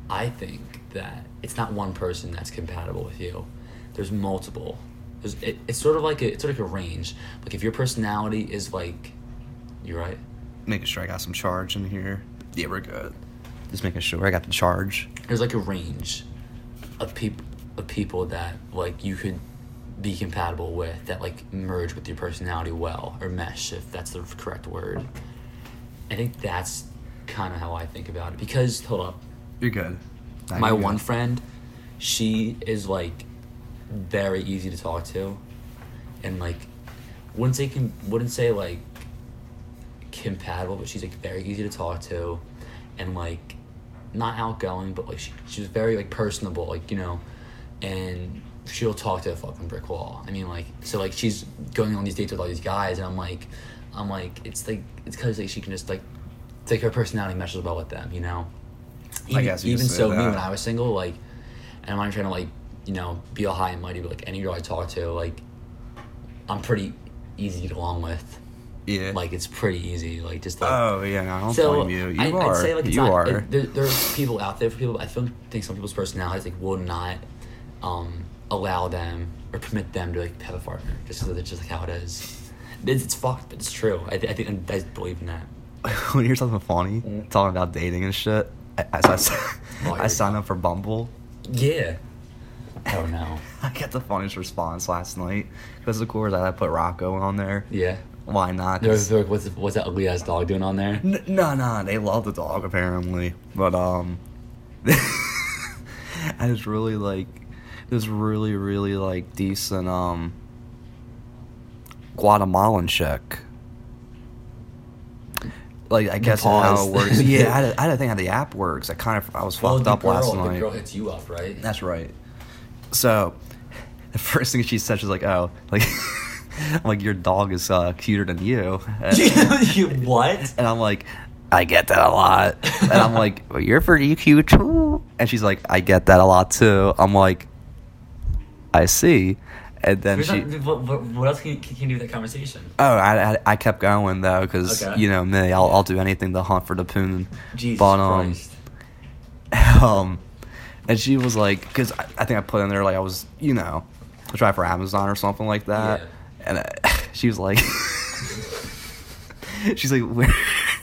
Speaker 1: I think that it's not one person that's compatible with you. There's multiple. There's, it, it's sort of like a, it's sort of like a range. Like if your personality is like, you're right.
Speaker 2: making sure I got some charge in here. Yeah, we're good. Just making sure I got the charge.
Speaker 1: There's like a range of people of people that like you could be compatible with that like merge with your personality well or mesh if that's the correct word. I think that's kind of how I think about it because hold up,
Speaker 2: You're good. Nah,
Speaker 1: my
Speaker 2: you're good.
Speaker 1: one friend, she is like very easy to talk to, and like wouldn't say com- wouldn't say like compatible, but she's like very easy to talk to, and like not outgoing, but like she she's very like personable, like you know, and she'll talk to a fucking brick wall. I mean, like so like she's going on these dates with all these guys, and I'm like, I'm like it's like it's because like she can just like. It's like her personality meshes well with them, you know. Even,
Speaker 2: guess you could
Speaker 1: even
Speaker 2: say
Speaker 1: so, me
Speaker 2: that.
Speaker 1: when I was single, like, and I'm not trying to like, you know, be all high and mighty, but like any girl I talk to, like, I'm pretty easy to get along with.
Speaker 2: Yeah.
Speaker 1: Like it's pretty easy. Like just like
Speaker 2: Oh yeah, no, I don't blame you. You
Speaker 1: I,
Speaker 2: are.
Speaker 1: I'd say like it's
Speaker 2: you
Speaker 1: not,
Speaker 2: are.
Speaker 1: It, there, there are people out there for people. I think think some people's personalities like will not um, allow them or permit them to like have a partner just because it's just like how it is. It's, it's fucked, but it's true. I, th- I think I believe in that.
Speaker 2: when you're talking funny, talking about dating and shit, I, I, I,
Speaker 1: Oh,
Speaker 2: I
Speaker 1: you're-
Speaker 2: signed up for Bumble.
Speaker 1: Yeah. I don't know.
Speaker 2: I got the funniest response last night because of course I put Rocco on there.
Speaker 1: Yeah.
Speaker 2: Why not?
Speaker 1: There was like, what's what's that ugly ass dog doing on there?
Speaker 2: N- No, no, they love the dog apparently, but um, I just really like this really, really like decent um Guatemalan chick. Like I guess how
Speaker 1: pause.
Speaker 2: it works. Yeah, I, don't- I don't think how the app works. I kind of I was
Speaker 1: Well,
Speaker 2: fucked
Speaker 1: the
Speaker 2: up last
Speaker 1: girl-
Speaker 2: night.
Speaker 1: The girl hits you up, right?
Speaker 2: That's right. So, the first thing she said, she's like, "Oh, like, I'm like your dog is uh, cuter than you,"
Speaker 1: you, what?
Speaker 2: and I'm like, "I get that a lot," and I'm like, well, "You're pretty cute too," and she's like, "I get that a lot too." I'm like, "I see," and then
Speaker 1: There's
Speaker 2: she.
Speaker 1: not- what, what- what else can you, can you do with that conversation?
Speaker 2: Oh, I, I, I kept going though because
Speaker 1: Okay.
Speaker 2: you know me, I'll, I'll do anything to hunt for the poon.
Speaker 1: Jesus
Speaker 2: But, um,
Speaker 1: Christ.
Speaker 2: um, and she was like, because I, I think I put in there like I was, you know, I tried for Amazon or something like that,
Speaker 1: Yeah.
Speaker 2: and I, she was like, she's like, where?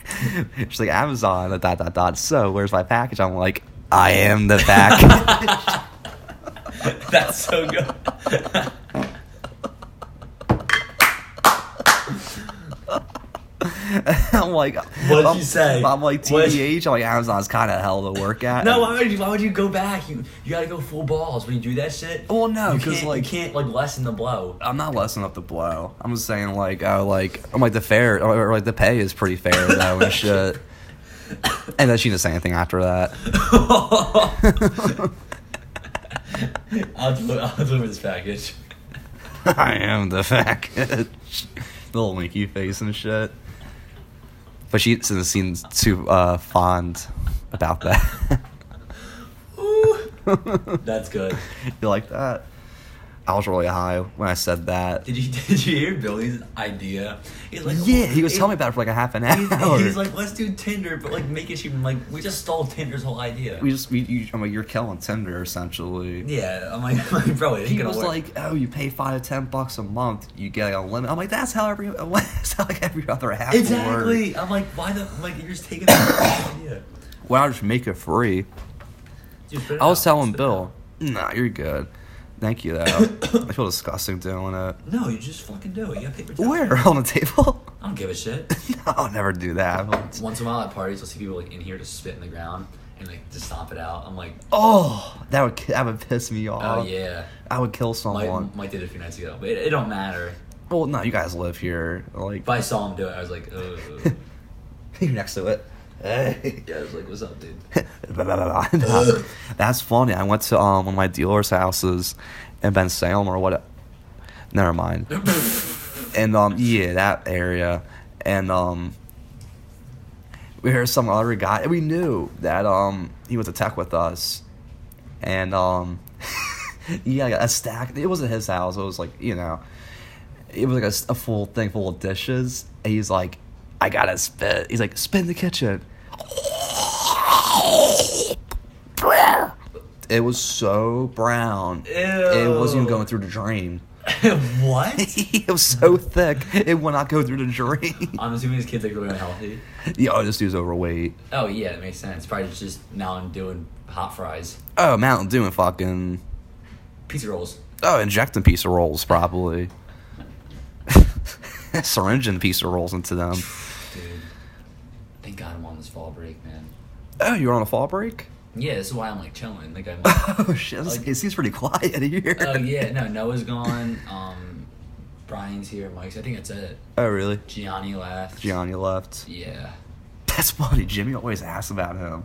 Speaker 2: she's like Amazon dot, dot dot dot. So where's my package? I'm like, I am the package.
Speaker 1: That's so good.
Speaker 2: I'm like,
Speaker 1: What did
Speaker 2: I'm-
Speaker 1: you say?
Speaker 2: I'm like
Speaker 1: What-
Speaker 2: tbh. I'm like Amazon's kind of hell to work at.
Speaker 1: no,
Speaker 2: And-
Speaker 1: why would you? Why would you go back? You you gotta go full balls when you do that shit.
Speaker 2: Well, no,
Speaker 1: You
Speaker 2: 'cause,
Speaker 1: can't-
Speaker 2: like-
Speaker 1: you can't like lessen the blow.
Speaker 2: I'm not lessening up the blow. I'm just saying like oh like I'm like the fair or, or, like the pay is pretty fair though and shit. And then she didn't say anything after that.
Speaker 1: I'll, deli- I'll deliver this package.
Speaker 2: I am the fact. the little winky face and shit. But she doesn't seem too uh, fond about that.
Speaker 1: Ooh, that's good.
Speaker 2: you like that? I was really high when I said that.
Speaker 1: Did you did you hear Billy's idea? He's like,
Speaker 2: Yeah, he was
Speaker 1: he's-
Speaker 2: telling me about it for like a half an
Speaker 1: He's,
Speaker 2: hour.
Speaker 1: he's like, let's do Tinder, but like make it seem like we just stole Tinder's whole idea.
Speaker 2: we just, we, you, I'm like, you're killing Tinder essentially.
Speaker 1: yeah, I'm like, I'm like, bro, it ain't
Speaker 2: He
Speaker 1: gonna
Speaker 2: was
Speaker 1: work.
Speaker 2: like, "Oh, you pay five to ten bucks a month, you get like a limit." I'm like, "That's how every that's how like every other app works."
Speaker 1: exactly. I'm like, why the I'm like you're just taking the idea.
Speaker 2: Well, I just make it free.
Speaker 1: Dude, spit it
Speaker 2: I was
Speaker 1: out,
Speaker 2: telling
Speaker 1: spit it
Speaker 2: Bill, "Nah, you're good. Thank you though. I feel disgusting doing it."
Speaker 1: out. No, you just fucking do it. You got paper towels.
Speaker 2: Where on the table?
Speaker 1: I don't give a shit.
Speaker 2: no, I'll never do that. I'll-
Speaker 1: Once in a while at parties, I'll see people like in here just spit in the ground and like just stomp it out. I'm like,
Speaker 2: Oh, that would that would piss me
Speaker 1: oh
Speaker 2: off.
Speaker 1: yeah.
Speaker 2: I would kill
Speaker 1: Mike,
Speaker 2: someone.
Speaker 1: Mike did it a few nights ago, but it, it don't matter.
Speaker 2: well, no, you guys live here. Like
Speaker 1: But I saw him do it. I was like, Ugh.
Speaker 2: you're next to it. Hey.
Speaker 1: oh. Yeah, I was like, what's up, dude?
Speaker 2: Nah, That's funny. I went to um, one of my dealer's houses in Ben Salem or what? Never mind. and um, yeah, that area. And um, we heard some other guy. We knew that um, he was a tech with us, and um, yeah, a stack. It wasn't his house. It was like you know, it was like a s- a, full thing full of dishes. And he's like, I gotta spit. He's like, spin the kitchen. It was so brown. It wasn't even
Speaker 1: Ew.
Speaker 2: going through the drain.
Speaker 1: what?
Speaker 2: it was so thick. It would not go through the drain.
Speaker 1: I'm assuming this kid's like really unhealthy.
Speaker 2: Yo, this dude's overweight.
Speaker 1: Oh yeah, that makes sense. Probably just now I'm doing hot fries,
Speaker 2: Oh, Mountain Dew and fucking
Speaker 1: pizza rolls.
Speaker 2: oh, injecting piece of rolls probably. Syringing piece of rolls into them.
Speaker 1: Dude, thank God I'm on this fall break, man.
Speaker 2: Oh, you're on a fall break?
Speaker 1: Yeah, this is why I'm like chilling. Like I'm. Like,
Speaker 2: Oh shit, this-
Speaker 1: Like-
Speaker 2: it seems pretty quiet here.
Speaker 1: oh yeah, no, Noah's gone. Um, Brian's here. Mike's. I think that's it.
Speaker 2: Oh really?
Speaker 1: Gianni left.
Speaker 2: Gianni left.
Speaker 1: Yeah.
Speaker 2: That's funny. Jimmy always asks about him.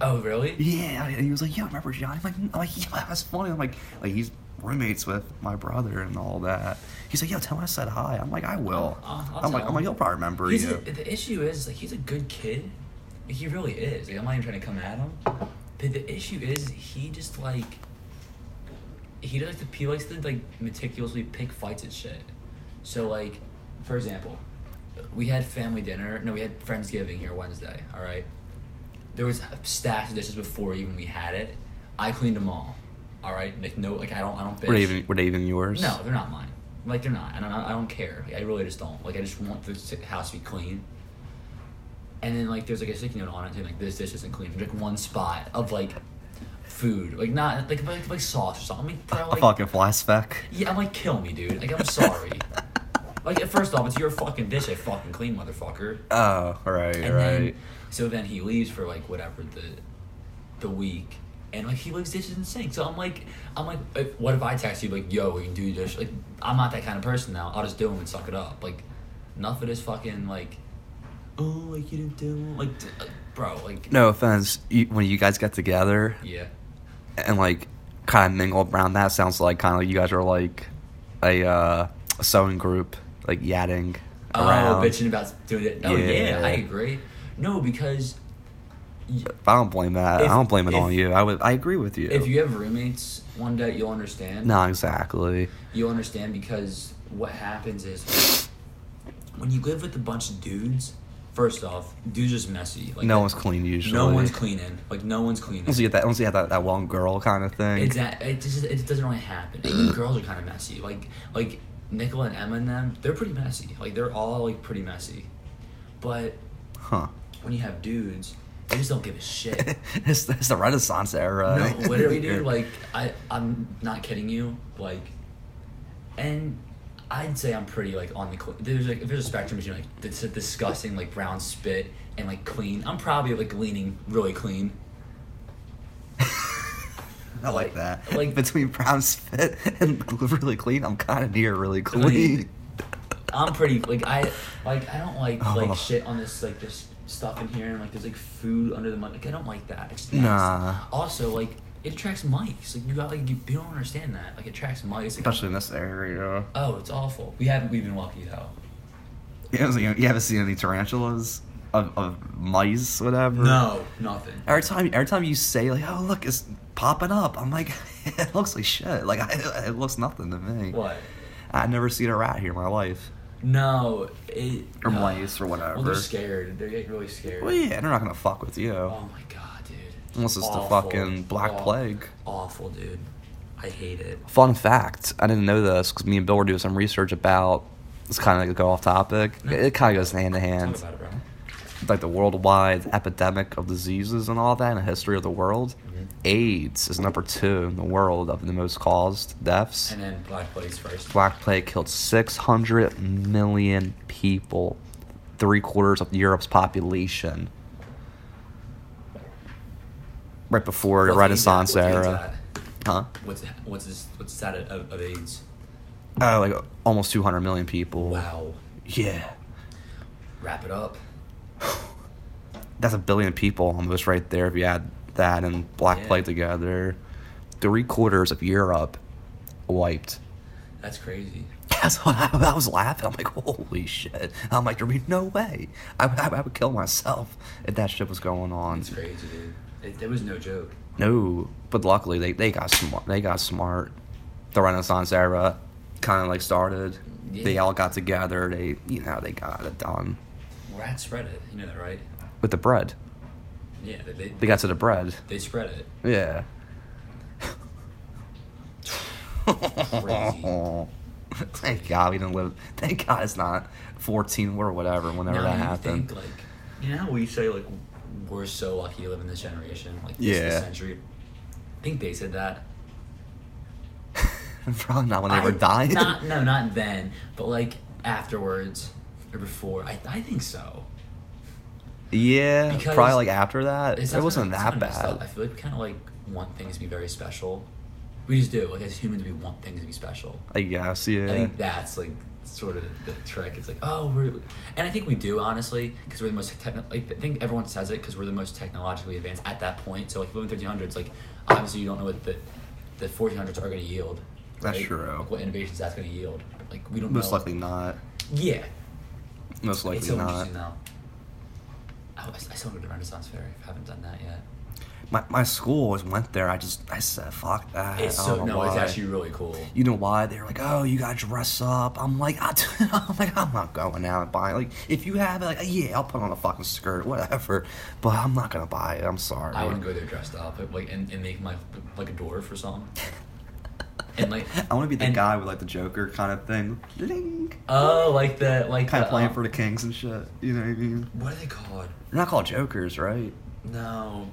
Speaker 1: Oh really?
Speaker 2: Yeah, I- he was like, "Yo, remember Johnny?" I'm like, I'm like, "Yeah, that's funny." I'm like, like he's roommates with my brother and all that. He's like, "Yo, tell him I said hi." I'm like, "I will."
Speaker 1: I'll- I'll
Speaker 2: I'm like,
Speaker 1: tell
Speaker 2: "I'm like,
Speaker 1: him.
Speaker 2: he'll probably remember
Speaker 1: Uh-huh. He's
Speaker 2: you."
Speaker 1: a, the issue is like he's a good kid. Like, he really is. Like I'm not even trying to come at him. But the issue is he just like he does like to he likes to like meticulously pick fights at shit. So like, for example, we had family dinner. No, we had friendsgiving here Wednesday. All right. There was stacks of dishes before even we had it. I cleaned them all. All right. Like no, like I don't I don't. Bitch.
Speaker 2: Were they even were they even yours?
Speaker 1: No, they're not mine. Like they're not, and I don't, I don't care. Like, I really just don't. Like I just want the s- house to be clean. And then like there's like a sticky note on it saying like this dish isn't clean. Like one spot of like food, like not like like, like sauce or something. Like, bro,
Speaker 2: A
Speaker 1: like,
Speaker 2: fucking fly speck.
Speaker 1: yeah, I'm like kill me, dude. Like I'm sorry. like first off, it's your fucking dish. I fucking clean, motherfucker.
Speaker 2: Oh, right,
Speaker 1: And
Speaker 2: right.
Speaker 1: then, so then he leaves for like whatever the the week, and like he leaves dishes in the sink. So I'm like, I'm like, uh, what if I text you like, yo, we can do this? Like, I'm not that kind of person now. I'll just do them and suck it up. Like, enough of this fucking like, oh, like you didn't do 'em." like, d- like, bro, like,
Speaker 2: no offense, you, when you guys get together
Speaker 1: yeah,
Speaker 2: and like kind of mingle around, that sounds like kind of like you guys are like a uh, a sewing group, like yatting around.
Speaker 1: oh, bitching about doing it. Oh yeah.
Speaker 2: Yeah.
Speaker 1: I agree. No, because
Speaker 2: I don't blame that.
Speaker 1: If-
Speaker 2: I don't blame it
Speaker 1: if-
Speaker 2: on you. I would. I agree with you.
Speaker 1: if you have roommates, one day you'll understand.
Speaker 2: no, exactly.
Speaker 1: You'll understand because what happens is when you live with a bunch of dudes, first off, dudes just messy. Like
Speaker 2: no one's clean usually.
Speaker 1: no one's cleaning. Like no one's cleaning.
Speaker 2: Once you get that, once you have that, that one girl kind of thing.
Speaker 1: It's that it just it doesn't really happen. Even girls are kind of messy. Like like Nicola and Emma and them, they're pretty messy. Like they're all like pretty messy. But
Speaker 2: Huh.
Speaker 1: when you have dudes, they just don't give a shit.
Speaker 2: it's, it's the Renaissance era.
Speaker 1: No, literally, dude. Like, I, I'm not kidding you. Like, and I'd say I'm pretty like on the clean. There's like if there's a spectrum between like this disgusting like brown spit and like clean. I'm probably like leaning really clean.
Speaker 2: I like that.
Speaker 1: like-
Speaker 2: Like between brown spit and really clean, I'm kind of near really
Speaker 1: Like-
Speaker 2: clean.
Speaker 1: I'm pretty like I like I don't like
Speaker 2: Oh.
Speaker 1: like shit on this like this stuff in here and like there's like food under the mic. Like I don't like that. It's nasty.
Speaker 2: Nah.
Speaker 1: Also like. It attracts mice. Like you got like you, you don't understand that. Like it attracts mice. Like,
Speaker 2: Especially in this area.
Speaker 1: oh, it's awful. We haven't. We've been lucky though.
Speaker 2: You haven't, seen- you haven't seen any tarantulas of, of mice, whatever.
Speaker 1: nothing.
Speaker 2: Every time, every time you say like, "Oh look, it's popping up," I'm like, "It looks like shit. Like I, it looks nothing to me."
Speaker 1: What?
Speaker 2: I've never seen a rat here in my life.
Speaker 1: No, it
Speaker 2: Or
Speaker 1: no.
Speaker 2: mice or whatever.
Speaker 1: Well, they're scared. They get really scared.
Speaker 2: Well, yeah, they're not gonna fuck with you.
Speaker 1: Oh my god, dude.
Speaker 2: Unless it's the
Speaker 1: Awful.
Speaker 2: fucking Black
Speaker 1: Aw-
Speaker 2: Plague.
Speaker 1: Awful, dude. I hate it.
Speaker 2: Fun fact: I didn't know this because me and Bill were doing some research about. It's kind of like a go off topic. It, it kind of goes hand in hand,
Speaker 1: Talk about it, bro.
Speaker 2: like the worldwide epidemic of diseases and all that, and the history of the world.
Speaker 1: Mm-hmm.
Speaker 2: AIDS is number two in the world of the most caused deaths.
Speaker 1: And then Black Plague's first.
Speaker 2: Black Plague killed 600 million people, three quarters of Europe's population. Right before the
Speaker 1: What's AIDS at?
Speaker 2: Renaissance
Speaker 1: What's AIDS
Speaker 2: era.
Speaker 1: at?
Speaker 2: Huh?
Speaker 1: What's what's this, what's that of, of AIDS?
Speaker 2: Oh, like almost 200 million people.
Speaker 1: Wow.
Speaker 2: Yeah.
Speaker 1: Wrap it up.
Speaker 2: that's a billion people almost right there if you add that and Black
Speaker 1: Yeah.
Speaker 2: Plague together. Three quarters of Europe wiped.
Speaker 1: That's crazy.
Speaker 2: That's what I, I was laughing. I'm like, holy shit. I'm like, there'd be no way. I, I, I would kill myself if that shit was going on.
Speaker 1: It's crazy, dude. It, there was no joke.
Speaker 2: No, but luckily they, they got smart. They got smart. The Renaissance era kind of like started. They
Speaker 1: Yeah.
Speaker 2: all got together. They, you know, they got it done
Speaker 1: Rats spread it. You know that, right?
Speaker 2: with the bread.
Speaker 1: Yeah, they they,
Speaker 2: They got to the bread.
Speaker 1: they spread it.
Speaker 2: Yeah.
Speaker 1: Crazy.
Speaker 2: thank God we didn't live. Thank God it's not 14 or whatever. Whenever
Speaker 1: Now
Speaker 2: that
Speaker 1: you
Speaker 2: happened.
Speaker 1: Think, like, you know, how we say like we're so lucky to live in this generation, like this, this
Speaker 2: Yeah.
Speaker 1: century. I think they said that.
Speaker 2: Probably not when they
Speaker 1: I-
Speaker 2: were dying.
Speaker 1: Not no, not then, but like afterwards or before. I I think so.
Speaker 2: yeah,
Speaker 1: Because
Speaker 2: probably like after that.
Speaker 1: It's
Speaker 2: It wasn't
Speaker 1: it's
Speaker 2: that
Speaker 1: kinda messed up. I
Speaker 2: bad.
Speaker 1: feel like we kind of like want things to be very special. We just do. Like as humans, we want things to be special.
Speaker 2: I guess. Yeah.
Speaker 1: I think that's like sort of the trick. It's like, oh, we're, and I think we do honestly because we're the most techno. Like, I think everyone says it because we're the most technologically advanced at that point. So like living thirteen hundreds, like obviously you don't know what the the fourteen hundreds are going to yield.
Speaker 2: That's
Speaker 1: right?
Speaker 2: true.
Speaker 1: Like, what innovations that's going to yield? Like we don't
Speaker 2: Most
Speaker 1: know.
Speaker 2: likely not.
Speaker 1: Yeah,
Speaker 2: Most likely
Speaker 1: it's so
Speaker 2: not.
Speaker 1: interesting though. I, I still go to Renaissance Fair. I haven't done that yet.
Speaker 2: My, my school always went there. I just I said fuck that.
Speaker 1: It's
Speaker 2: I
Speaker 1: so
Speaker 2: don't know
Speaker 1: no, it's
Speaker 2: why.
Speaker 1: actually really cool.
Speaker 2: you know why they were like, oh, you gotta dress up. I'm like, I, am like, I'm not going out and buying. Like, if you have it, like, yeah, I'll put on a fucking skirt, whatever. But I'm not gonna buy it. I'm sorry.
Speaker 1: I want to go there dressed up, like and, and make my like a dwarf or something. And like
Speaker 2: I want to be the
Speaker 1: and-
Speaker 2: guy with like the Joker kind of thing, Ling.
Speaker 1: Oh, like the like
Speaker 2: kind
Speaker 1: the,
Speaker 2: of playing
Speaker 1: um,
Speaker 2: for the Kings and shit. You know what I mean?
Speaker 1: what are they called?
Speaker 2: They're not called Jokers, right?
Speaker 1: No,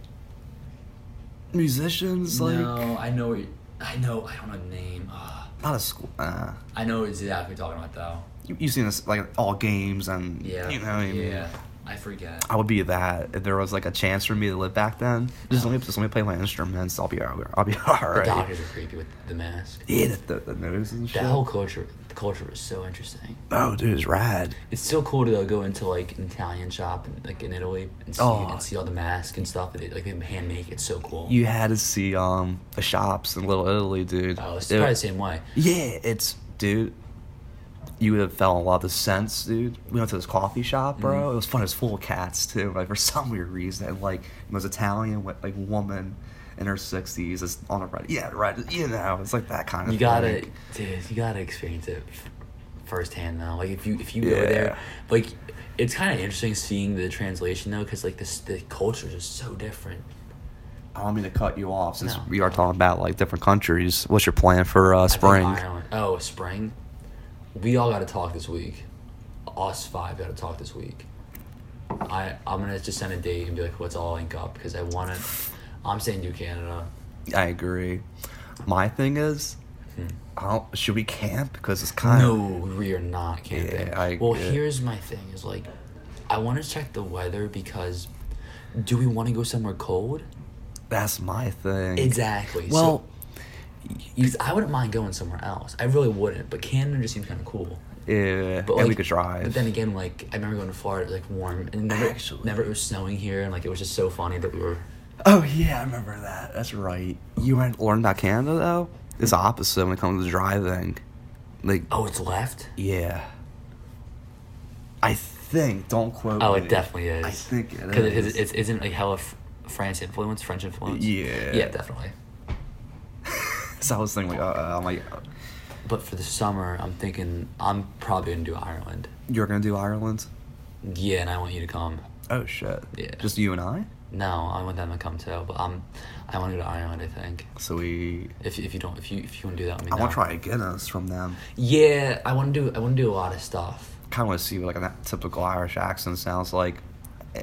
Speaker 2: Musicians, like
Speaker 1: no, I know, what you- I know, I don't know the name. Ah,
Speaker 2: not a school. Uh,
Speaker 1: I know exactly what you're talking about though.
Speaker 2: you, you've seen this like all games and
Speaker 1: Yeah,
Speaker 2: you know what I mean?
Speaker 1: yeah, I forget.
Speaker 2: I would be that if there was like a chance for me to live back then. Just let me just let me play my instruments. I'll be all right. I'll be all
Speaker 1: The
Speaker 2: right.
Speaker 1: doctors are creepy with the mask.
Speaker 2: Yeah, the, the, the nose and shit.
Speaker 1: That whole culture, the culture was so interesting.
Speaker 2: oh, dude, it's rad.
Speaker 1: It's still cool to though, go into like an Italian shop and like in Italy and see
Speaker 2: Oh.
Speaker 1: and see all the masks and stuff. They, like they hand make. It's so cool.
Speaker 2: You had to see um the shops in Little Italy, dude.
Speaker 1: oh, it's
Speaker 2: It-
Speaker 1: probably the same way.
Speaker 2: Yeah, it's dude. You would have felt a lot of the sense, dude. We went to this coffee shop, bro.
Speaker 1: Mm-hmm.
Speaker 2: It was fun. It was full of cats too. Like for some weird reason, and, like it was Italian, wa- like woman in her sixties, is on a right. Yeah, right. You know, it's like that kind of.
Speaker 1: You gotta,
Speaker 2: thing.
Speaker 1: dude. You gotta experience it f- firsthand, though. Like if you if you go
Speaker 2: Yeah.
Speaker 1: there, like it's kind of interesting seeing the translation though, because like this the cultures are so different.
Speaker 2: I don't mean to cut you off since
Speaker 1: No.
Speaker 2: we are talking about like different countries. What's your plan for uh,
Speaker 1: I think
Speaker 2: spring?
Speaker 1: Ireland- oh, spring. We all got to talk this week. Us five got to talk this week. I I'm gonna just send a date and be like, let's all link up because I want to. I'm saying do Canada.
Speaker 2: I agree. My thing is, I don't, should we camp? Because it's kind
Speaker 1: Hmm. No,
Speaker 2: of
Speaker 1: we are not camping.
Speaker 2: Yeah, I-
Speaker 1: well,
Speaker 2: yeah.
Speaker 1: here's my thing: is like, I want to check the weather because, do we want to go somewhere cold?
Speaker 2: that's my thing.
Speaker 1: Exactly.
Speaker 2: Well,
Speaker 1: so, 'cause I wouldn't mind going somewhere else. I really wouldn't. But Canada just seems kind of cool.
Speaker 2: yeah,
Speaker 1: But
Speaker 2: and
Speaker 1: like,
Speaker 2: we could drive.
Speaker 1: But then again, like I remember going to Florida, it was, like warm, and never,
Speaker 2: Actually.
Speaker 1: never it was snowing here, and like it was just so funny that we were.
Speaker 2: oh yeah, I remember that. That's right. You went learn about Canada though. It's the opposite when it comes to driving. Like
Speaker 1: Oh, it's left.
Speaker 2: yeah, I think. Don't quote.
Speaker 1: Oh,
Speaker 2: me.
Speaker 1: it definitely is.
Speaker 2: I think it
Speaker 1: because
Speaker 2: is.
Speaker 1: it's, it's isn't like hella f- France influence, French influence.
Speaker 2: Yeah.
Speaker 1: Yeah, definitely.
Speaker 2: So I was thinking, like, uh, uh, I'm like, uh,
Speaker 1: But for the summer, I'm thinking I'm probably gonna do Ireland.
Speaker 2: you're gonna do Ireland?
Speaker 1: Yeah, and I want you to come.
Speaker 2: Oh shit.
Speaker 1: Yeah.
Speaker 2: Just you and I.
Speaker 1: No, I want them to come too. But um, I want to go to Ireland. I think
Speaker 2: So we.
Speaker 1: if if you don't if you if you want to do that, let me
Speaker 2: I want
Speaker 1: know.
Speaker 2: to try a Guinness from them.
Speaker 1: Yeah, I want to do I want to do a lot of stuff.
Speaker 2: kind of want to see what like that typical Irish accent sounds like,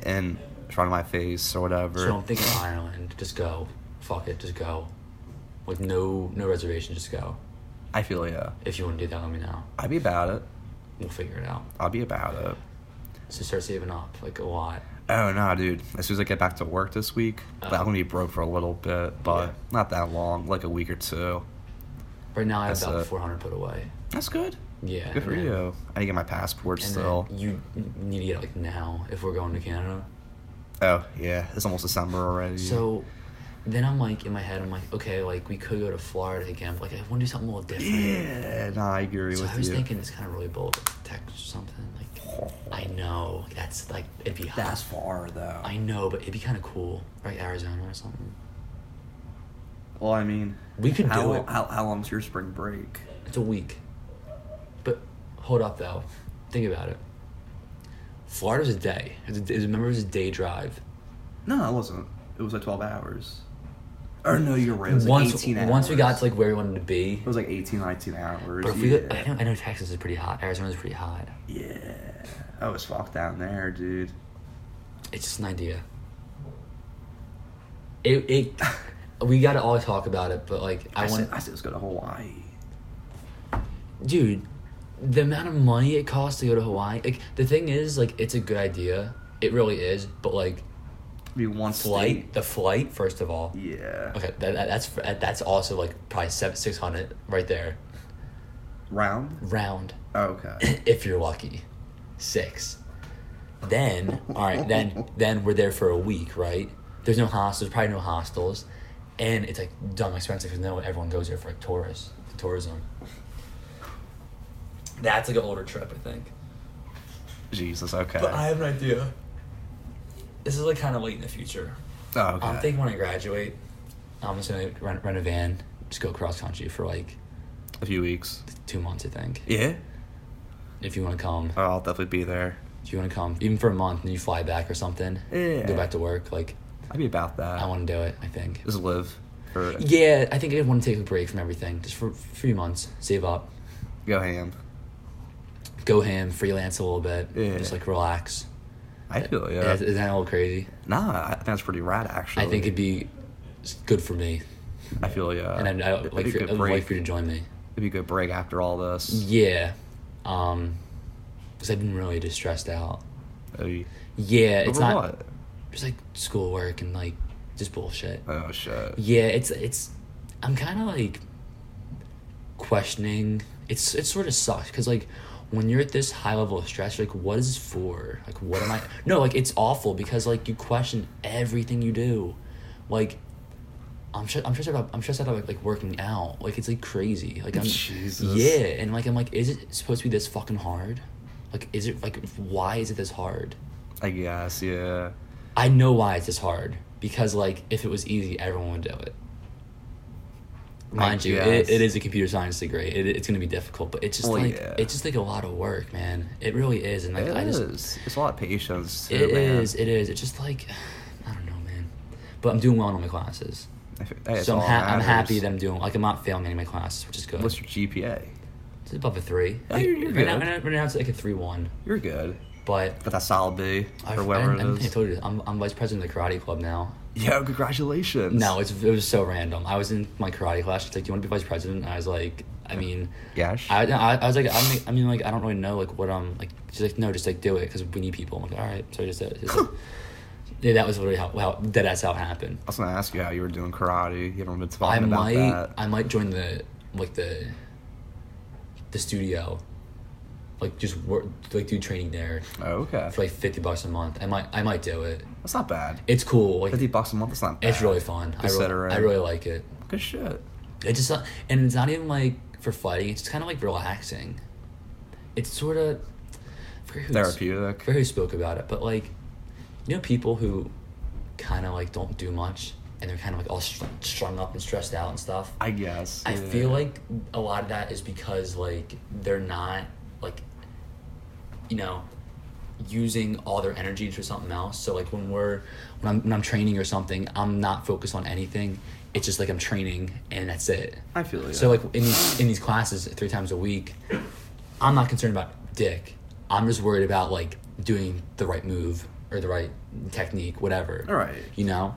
Speaker 2: in front of my face or whatever.
Speaker 1: So I'm thinking Ireland. Just go. Fuck it. Just go. With no no reservation. Just go.
Speaker 2: I feel yeah.
Speaker 1: If you want to do that, let me know.
Speaker 2: I'd be about it.
Speaker 1: We'll figure it out.
Speaker 2: I'll be about it.
Speaker 1: So start saving up like a lot.
Speaker 2: Oh no, dude! As soon as I get back to work this week, like, I'm gonna be broke for a little bit, but
Speaker 1: Oh. Yeah.
Speaker 2: not that long, like a week or two.
Speaker 1: Right now I have
Speaker 2: That's
Speaker 1: about
Speaker 2: it.
Speaker 1: 400 put away.
Speaker 2: That's good.
Speaker 1: Yeah.
Speaker 2: Good for
Speaker 1: and then-
Speaker 2: you. I need to get my passport
Speaker 1: And
Speaker 2: still.
Speaker 1: then you n- need to get it like now if we're going to Canada.
Speaker 2: Oh yeah, it's almost December already.
Speaker 1: So then I'm like in my head, I'm like, okay, like we could go to Florida again. But, like I want to do something a little different.
Speaker 2: yeah, nah, I agree
Speaker 1: So
Speaker 2: with
Speaker 1: I was
Speaker 2: you.
Speaker 1: thinking it's kind of really bold, like, Texas or something. Like I know that's like it'd be hot.
Speaker 2: That's far though.
Speaker 1: I know, but it'd be kind of cool, right? Arizona or something.
Speaker 2: well, I mean,
Speaker 1: We could
Speaker 2: how,
Speaker 1: do it.
Speaker 2: How, how long's your spring break?
Speaker 1: It's a week. But hold up though, think about it. Florida's a day. It's a, it's- remember, it was a day drive.
Speaker 2: No, it wasn't. It was like twelve hours. Or no, you're right. It was like
Speaker 1: once,
Speaker 2: eighteen hours.
Speaker 1: once we got to like where we wanted to be,
Speaker 2: It was like 18, 19 hours.
Speaker 1: But if
Speaker 2: yeah.
Speaker 1: we, I know, I know Texas is pretty hot. Arizona's pretty hot.
Speaker 2: yeah. I was fucked down there, dude.
Speaker 1: It's just an idea. It, it we got to always talk about it, but like I,
Speaker 2: I,
Speaker 1: want,
Speaker 2: said, I said let's go to Hawaii.
Speaker 1: dude, the amount of money it costs to go to Hawaii. Like the thing is, like it's a good idea. It really is, but like
Speaker 2: Be one
Speaker 1: flight, the flight first of all.
Speaker 2: state. Yeah.
Speaker 1: Okay, that, that, that's that- that's also like probably seven six hundred right there
Speaker 2: Round.
Speaker 1: round.
Speaker 2: Okay.
Speaker 1: if you're lucky, six. Then, all right, then then we're there for a week, right? There's no hostels, probably no hostels, and it's like dumb expensive because no everyone goes there for like tourists, tourism. That's like an older trip, I think.
Speaker 2: Jesus. Okay.
Speaker 1: But I have an idea. This is like kind of late in the future.
Speaker 2: oh, okay.
Speaker 1: I'm thinking when I graduate, I'm just gonna rent, rent a van, just go cross country for like
Speaker 2: a few weeks.
Speaker 1: two months, I think.
Speaker 2: Yeah.
Speaker 1: If you want to come,
Speaker 2: Oh, I'll definitely be there.
Speaker 1: Do you want to come even for a month and you fly back or something?
Speaker 2: Yeah.
Speaker 1: Go back to work. Like
Speaker 2: I'd be about that.
Speaker 1: I want to do it. I think.
Speaker 2: just live for
Speaker 1: Yeah, I think I want to take a break from everything just for a few months. Save up,
Speaker 2: go ham.
Speaker 1: go ham, freelance a little bit.
Speaker 2: Yeah.
Speaker 1: Just like relax.
Speaker 2: I feel Oh, yeah.
Speaker 1: Yeah. Is, is that a little crazy?
Speaker 2: Nah, I think that's pretty rad actually.
Speaker 1: I think it'd be s- good for me,
Speaker 2: I feel yeah.
Speaker 1: and I'd, I'd
Speaker 2: it'd
Speaker 1: like
Speaker 2: be
Speaker 1: for,
Speaker 2: a
Speaker 1: I'd like
Speaker 2: good break.
Speaker 1: for you to join me.
Speaker 2: It'd be a good break after all this.
Speaker 1: Yeah, um, because I've been really just stressed out.
Speaker 2: Hey.
Speaker 1: Yeah, it's
Speaker 2: Over
Speaker 1: not
Speaker 2: what?
Speaker 1: just like schoolwork and like just bullshit.
Speaker 2: Oh shit.
Speaker 1: Yeah, it's it's. I'm kind of like questioning. It's it sort of sucks because like when you're at this high level of stress, you're like, what is this for? Like, what am I? No, like it's awful because like you question everything you do. Like, I'm sure I'm sure about I'm stressed out about like working out. Like it's like crazy. Like I'm
Speaker 2: Jesus.
Speaker 1: yeah, and like I'm like, is it supposed to be this fucking hard? Like, is it like why is it this hard?
Speaker 2: I guess yeah.
Speaker 1: I know why it's this hard because like if it was easy, everyone would do it. Mind you,
Speaker 2: guess.
Speaker 1: it, it is a computer science degree. It, it's going to be difficult, but it's just
Speaker 2: Well,
Speaker 1: like
Speaker 2: yeah.
Speaker 1: it's just like a lot of work, man. It really is, and like
Speaker 2: It is.
Speaker 1: I just
Speaker 2: It's a lot of patience. Too,
Speaker 1: it is,
Speaker 2: man.
Speaker 1: it is. It's just like I don't know, man. But I'm doing well in all my classes,
Speaker 2: I feel- hey, it's
Speaker 1: so I'm,
Speaker 2: all
Speaker 1: ha- I'm
Speaker 2: matters.
Speaker 1: happy that I'm doing like I'm not failing any of my classes, which is good.
Speaker 2: What's your GPA?
Speaker 1: it's above a three.
Speaker 2: Oh, you're- you're
Speaker 1: right, now,
Speaker 2: good.
Speaker 1: right now it's like a three one,
Speaker 2: You're good.
Speaker 1: but
Speaker 2: But that's solid B
Speaker 1: I've-
Speaker 2: or
Speaker 1: I,
Speaker 2: whatever
Speaker 1: didn't- I, didn't think
Speaker 2: it
Speaker 1: I
Speaker 2: is.
Speaker 1: told you this. I'm, I'm vice president of the karate club now.
Speaker 2: Yo, congratulations.
Speaker 1: No, it's, it was so random. I was in my karate class. She's like, "Do you want to be vice president?" And I was like, "I mean,
Speaker 2: Gosh.
Speaker 1: I, I, I was like, I'm, like- I mean, like, I don't really know, like, what I'm like." She's like, "No, just like do it, because we need people." I'm like, "All right." So I just did it. It's like- yeah, that was literally how, how that that's how it happened.
Speaker 2: I was gonna ask you how you were doing karate. You haven't been
Speaker 1: I
Speaker 2: talking about
Speaker 1: might,
Speaker 2: that.
Speaker 1: I might join the like the the studio, like just work, like do training there
Speaker 2: Oh, okay.
Speaker 1: for like fifty bucks a month. I might, I might do it.
Speaker 2: That's not bad.
Speaker 1: It's cool. Like,
Speaker 2: Fifty bucks a month. That's not bad.
Speaker 1: it's really fun. I,
Speaker 2: Considering.
Speaker 1: really, I really like it.
Speaker 2: Good shit.
Speaker 1: It just not, and it's not even like for fighting. It's kind of like relaxing. It's sort of
Speaker 2: Therapeutic.
Speaker 1: Very spoke about it, but like, you know, people who kind of like don't do much and they're kind of like all str- strung up and stressed out and stuff.
Speaker 2: I guess.
Speaker 1: I
Speaker 2: yeah.
Speaker 1: feel like a lot of that is because like they're not like you know using all their energy for something else. So like when we're when I'm when I'm training or something, I'm not focused on anything. It's just like I'm training and that's it.
Speaker 2: I feel you.
Speaker 1: So like in these in these classes three times a week, I'm not concerned about dick. I'm just worried about like doing the right move or the right technique, whatever.
Speaker 2: All right.
Speaker 1: You know?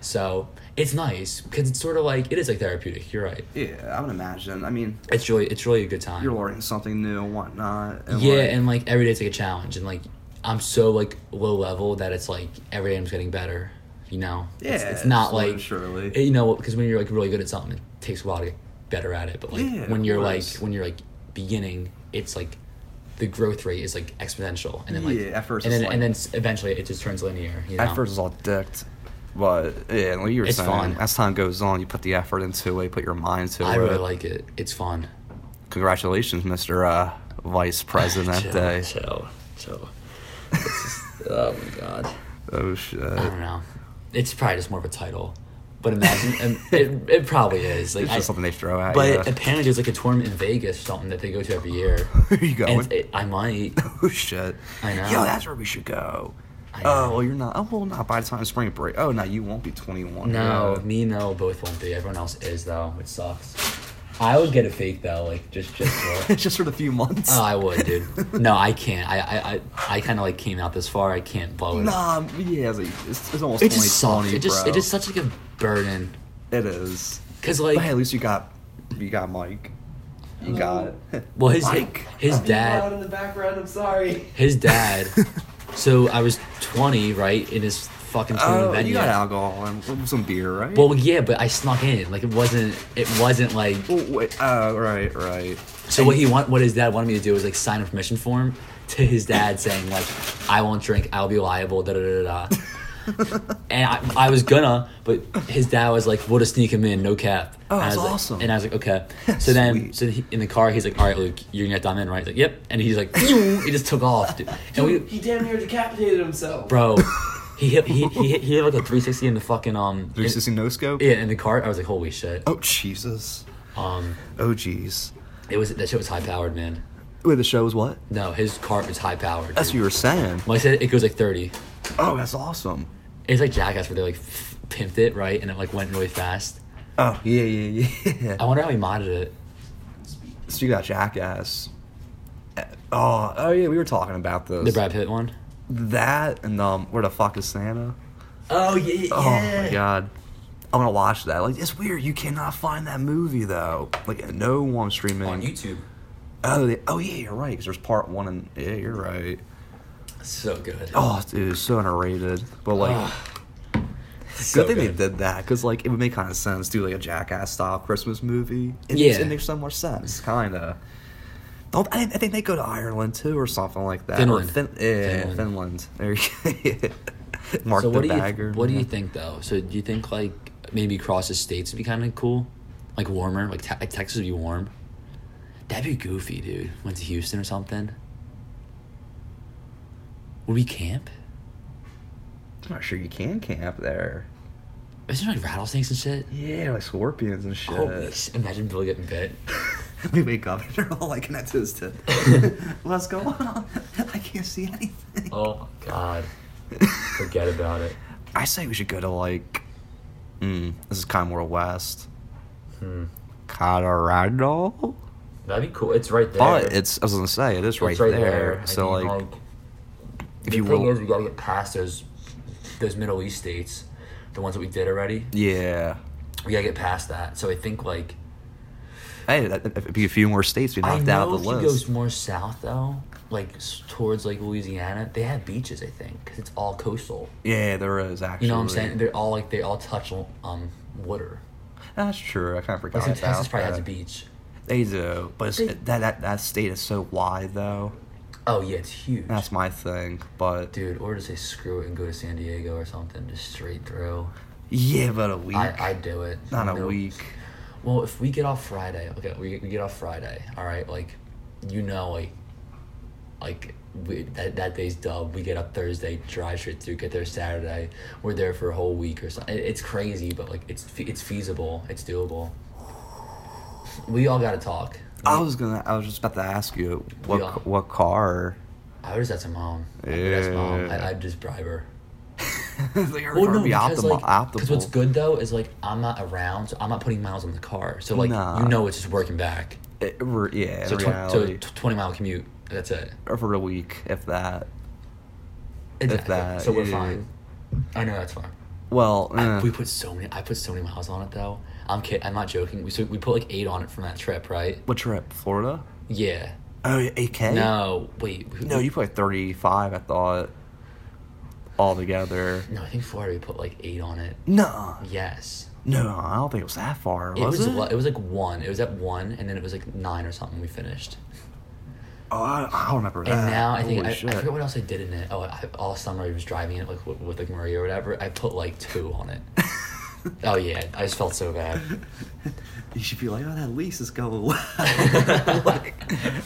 Speaker 1: So it's nice because it's sort of like it is like therapeutic. You're right.
Speaker 2: Yeah, I would imagine. I mean,
Speaker 1: It's really it's really a good time.
Speaker 2: you're learning something new and whatnot. And
Speaker 1: yeah,
Speaker 2: like,
Speaker 1: and like every day's like a challenge, and like I'm so like low level that it's like every day I'm just getting better. You know? It's,
Speaker 2: Yeah,
Speaker 1: it's not
Speaker 2: slowly
Speaker 1: like
Speaker 2: but surely.
Speaker 1: it- you know because when you're like really good at something, it takes a while to get better at it. But like
Speaker 2: Yeah,
Speaker 1: when
Speaker 2: of
Speaker 1: you're like
Speaker 2: course.
Speaker 1: when you're like beginning, it's like the growth rate is like exponential, and then like
Speaker 2: Yeah, at first
Speaker 1: and
Speaker 2: it's
Speaker 1: then
Speaker 2: like-
Speaker 1: and then s- eventually it just turns linear. You know?
Speaker 2: At first, it's all dicked. But yeah, like you were
Speaker 1: It's
Speaker 2: saying,
Speaker 1: fun.
Speaker 2: as time goes on, you put the effort into it, you put your mind to
Speaker 1: I
Speaker 2: it.
Speaker 1: really like it. It's fun.
Speaker 2: Congratulations, Mr. Uh, Vice President. Uh,
Speaker 1: Chill,
Speaker 2: Day.
Speaker 1: chill, chill. It's just, oh my god.
Speaker 2: Oh shit!
Speaker 1: I don't know. It's probably just more of a title, but imagine and it, it probably is. Like,
Speaker 2: It's
Speaker 1: I-
Speaker 2: just something they throw at
Speaker 1: but
Speaker 2: you.
Speaker 1: apparently there's like a tournament in Vegas or something that they go to every year.
Speaker 2: Where you
Speaker 1: And
Speaker 2: going?
Speaker 1: it's- it- I might.
Speaker 2: oh shit!
Speaker 1: I know.
Speaker 2: Yo, that's where we should go.
Speaker 1: I
Speaker 2: Oh,
Speaker 1: know.
Speaker 2: well, you're not. Oh, well, not by the time spring break. Oh, no, you won't be 21.
Speaker 1: No,
Speaker 2: Yeah.
Speaker 1: me and Noah both won't be. Everyone else is though, which sucks. I would get a fake though, like just just for.
Speaker 2: It's just for the few months.
Speaker 1: oh, I would, dude. No, I can't. I I I, I kind of like came out this far. I can't blow it.
Speaker 2: nah, yeah, it's, like- it's, it's almost
Speaker 1: it just sucks.
Speaker 2: 2020,
Speaker 1: It just
Speaker 2: bro.
Speaker 1: it just such like a burden.
Speaker 2: It is.
Speaker 1: Cause like,
Speaker 2: but hey, at least you got you got Mike. You got
Speaker 1: well, his
Speaker 2: Mike.
Speaker 1: his dad.
Speaker 3: in the background. I'm sorry.
Speaker 1: his dad. so I was 20, right, in his fucking tournament
Speaker 2: Oh, you
Speaker 1: venue.
Speaker 2: got alcohol and some beer, right?
Speaker 1: Well, yeah, but I snuck in. Like it wasn't. It wasn't like.
Speaker 2: Oh, wait. Oh, right, right.
Speaker 1: So what he want, what his dad wanted me to do was like sign a permission form to his dad saying like, I won't drink. I'll be liable. Da da da da. da." and I, I was gonna, but his dad was like, "We'll just sneak him in, no cap."
Speaker 2: Oh,
Speaker 1: And I
Speaker 2: that's
Speaker 1: was like-
Speaker 2: awesome.
Speaker 1: And I was like, "Okay." So then,
Speaker 2: Sweet.
Speaker 1: so he, in the car, he's like, "All right, Luke, you're gonna have Dom in, right?" He's like, "Yep." And he's like, "He just took off, dude." And we,
Speaker 3: He damn near decapitated himself.
Speaker 1: bro. He hit, he he hit, he hit like a 360 in the fucking um.
Speaker 2: Did you see no scope?
Speaker 1: in- yeah, in the cart. I was like, holy shit.
Speaker 2: Oh Jesus.
Speaker 1: Um,
Speaker 2: Oh jeez.
Speaker 1: it was that shit was high powered, man.
Speaker 2: Wait, the show was what?
Speaker 1: No, his cart was high powered.
Speaker 2: That's what you were saying.
Speaker 1: Well, I said it goes like 30.
Speaker 2: Oh, that's awesome.
Speaker 1: It's like Jackass where they like f- pimped it right, and it like went really fast.
Speaker 2: Oh yeah, yeah, yeah.
Speaker 1: I wonder how he modded it.
Speaker 2: So you got Jackass. Uh, Oh, oh yeah, we were talking about this.
Speaker 1: The Brad Pitt one.
Speaker 2: That and um, where the fuck is Santa?
Speaker 1: Oh yeah,
Speaker 2: Oh my god. I'm gonna watch that. Like it's weird. You cannot find that movie though. Like no one streaming.
Speaker 1: YouTube.
Speaker 2: Oh, they, oh yeah, you're right. Because there's part one and yeah, you're right.
Speaker 1: So good.
Speaker 2: Oh, dude, it's so underrated. But like,
Speaker 1: Oh, so
Speaker 2: good thing
Speaker 1: good.
Speaker 2: they did that because like it would make kind of sense do like a jackass style Christmas movie. It
Speaker 1: Yeah.
Speaker 2: makes, it makes so much sense, kind of. Don't I, I think they go to Ireland too or something like that. Or
Speaker 1: Finland.
Speaker 2: Fin- yeah, Finland.
Speaker 1: Finland.
Speaker 2: There you go. Mark
Speaker 1: So
Speaker 2: the
Speaker 1: what do
Speaker 2: bagger.
Speaker 1: you what do you think though? So do you think like maybe across the states would be kind of cool, like warmer, like, te- like Texas would be warm. That'd be goofy, dude. Went to Houston or something. Would we camp?
Speaker 2: I'm not sure you can camp there.
Speaker 1: Isn't there like rattlesnakes and shit?
Speaker 2: Yeah, like scorpions and shit.
Speaker 1: Holy s- imagine Bill getting bit.
Speaker 2: we wake up and they're all like connected to his What's going on? I can't see anything.
Speaker 1: Oh my god. Forget about it.
Speaker 2: I say we should go to like, mm, this is kind of more west,
Speaker 1: Hmm.
Speaker 2: Colorado.
Speaker 1: That'd be cool. It's right there.
Speaker 2: But it's I was gonna say it is right, there.
Speaker 1: I
Speaker 2: So
Speaker 1: mean,
Speaker 2: like, if
Speaker 1: the
Speaker 2: you
Speaker 1: thing
Speaker 2: will,
Speaker 1: is, we gotta get past those those Middle East states, the ones that we did already.
Speaker 2: yeah.
Speaker 1: We gotta get past that. So I think like
Speaker 2: Hey, that, it'd be a few more states we
Speaker 1: I
Speaker 2: knocked out
Speaker 1: know
Speaker 2: the
Speaker 1: if
Speaker 2: list.
Speaker 1: he goes more south though, like s- towards like Louisiana, they have beaches. I think because it's all coastal.
Speaker 2: yeah, there is actually.
Speaker 1: You know what I'm saying? They're all like they all touch um water.
Speaker 2: That's true. I kind of forgot
Speaker 1: Like so
Speaker 2: about
Speaker 1: Texas probably
Speaker 2: that.
Speaker 1: has a beach.
Speaker 2: They do, but it's, that, that that state is so wide though.
Speaker 1: Oh yeah, it's huge.
Speaker 2: That's my thing. But
Speaker 1: Dude, or just say screw it and go to San Diego or something, just straight through.
Speaker 2: yeah, but a week,
Speaker 1: I I do it.
Speaker 2: not a
Speaker 1: No-
Speaker 2: week.
Speaker 1: Well, if we get off Friday, okay, we, we get off Friday. All right, like, you know, like, like we, that that day's dub. We get up Thursday, drive straight through, get there Saturday. We're there for a whole week or something. It's crazy, but like, it's fe- it's feasible. It's doable. We all gotta talk.
Speaker 2: I was gonna. I was just about to ask you what
Speaker 1: Yeah.
Speaker 2: what car.
Speaker 1: I would just ask my mom. I would ask mom.
Speaker 2: Yeah.
Speaker 1: I, I'd just bribe her.
Speaker 2: like,
Speaker 1: Well,
Speaker 2: our car
Speaker 1: no,
Speaker 2: would be
Speaker 1: because like,
Speaker 2: optimal. optimal.
Speaker 1: 'cause what's good though is like I'm not around, so I'm not putting miles on the car. So like
Speaker 2: Nah.
Speaker 1: you know, it's just working back.
Speaker 2: It- re- yeah, in
Speaker 1: So, tw- so
Speaker 2: reality,
Speaker 1: t- twenty mile commute. That's it.
Speaker 2: or for a week, if that.
Speaker 1: Exactly.
Speaker 2: that,
Speaker 1: so we're
Speaker 2: yeah.
Speaker 1: fine. I know that's fine.
Speaker 2: Well, eh,
Speaker 1: We put so many. I put so many miles on it though. I'm kid. I'm not joking. We so we put like eight on it from that trip, right?
Speaker 2: what trip? Florida?
Speaker 1: Yeah.
Speaker 2: Oh, eight k.
Speaker 1: No, wait. we-
Speaker 2: no, you put like thirty five. I thought all together.
Speaker 1: No, I think Florida. We put like eight on it.
Speaker 2: No,
Speaker 1: Yes.
Speaker 2: no, I don't think it was that far.
Speaker 1: It was,
Speaker 2: Was it?
Speaker 1: li- it was like one. It was at one, and then it was like nine or something. We finished.
Speaker 2: Oh, I, I don't remember that.
Speaker 1: And now I think
Speaker 2: Holy
Speaker 1: I, I
Speaker 2: shit.
Speaker 1: forget what else I did in it. Oh, I, all summer I was driving it like with, with like Maria or whatever. I put like two on it. oh yeah, I just felt so bad.
Speaker 2: you should be like, oh, that lease is going well.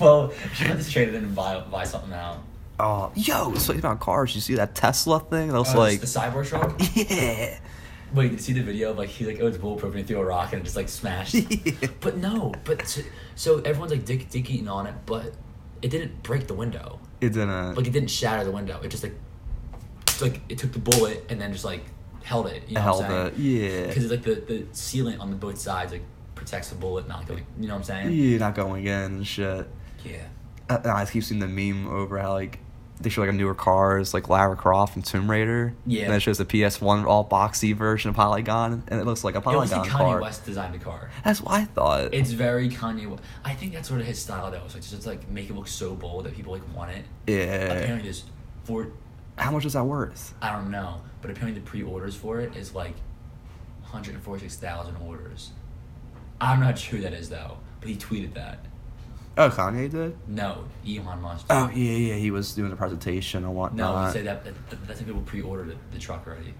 Speaker 1: well, should I just trade it in and buy buy something out?
Speaker 2: oh, yo, so about cars. You see that Tesla thing? That was
Speaker 1: Oh,
Speaker 2: like,
Speaker 1: it's the cyborg truck.
Speaker 2: yeah.
Speaker 1: Wait, did you see the video of like he's like, oh, it's bulletproof, and he threw a rock and it just like smashed. But no, but so, so everyone's like dick dick eating on it, but it didn't break the window.
Speaker 2: It didn't.
Speaker 1: Like it didn't shatter the window. It just like, it's like it took the bullet and then just like held it. You know what
Speaker 2: Held
Speaker 1: I'm
Speaker 2: it,
Speaker 1: saying?
Speaker 2: yeah.
Speaker 1: Because like the the sealant on the both sides like protects the bullet, not like you know what I'm saying?
Speaker 2: You're not going in and shit.
Speaker 1: Yeah.
Speaker 2: Uh, and I keep seeing the meme over how like they show like a newer cars like Lara Croft and Tomb Raider.
Speaker 1: Yeah.
Speaker 2: And it shows the PS1 all boxy version of Polygon, and it looks like a
Speaker 1: It was the
Speaker 2: Polygon
Speaker 1: Kanye
Speaker 2: car.
Speaker 1: West designed the car.
Speaker 2: That's what I thought.
Speaker 1: It's very Kanye. West. I think that's sort of his style though. It's like just like make it look so bold that people like want it.
Speaker 2: yeah.
Speaker 1: Apparently, there's four.
Speaker 2: How much is that worth?
Speaker 1: I don't know, but apparently the pre-orders for it is like 146,000 orders. I'm not sure who that is though, but he tweeted that.
Speaker 2: Oh, Kanye did.
Speaker 1: No, Elon Musk.
Speaker 2: Oh yeah, yeah. He was doing the presentation and
Speaker 1: No,
Speaker 2: whatnot.
Speaker 1: he said that, that, that- I think people pre-ordered the, the truck already.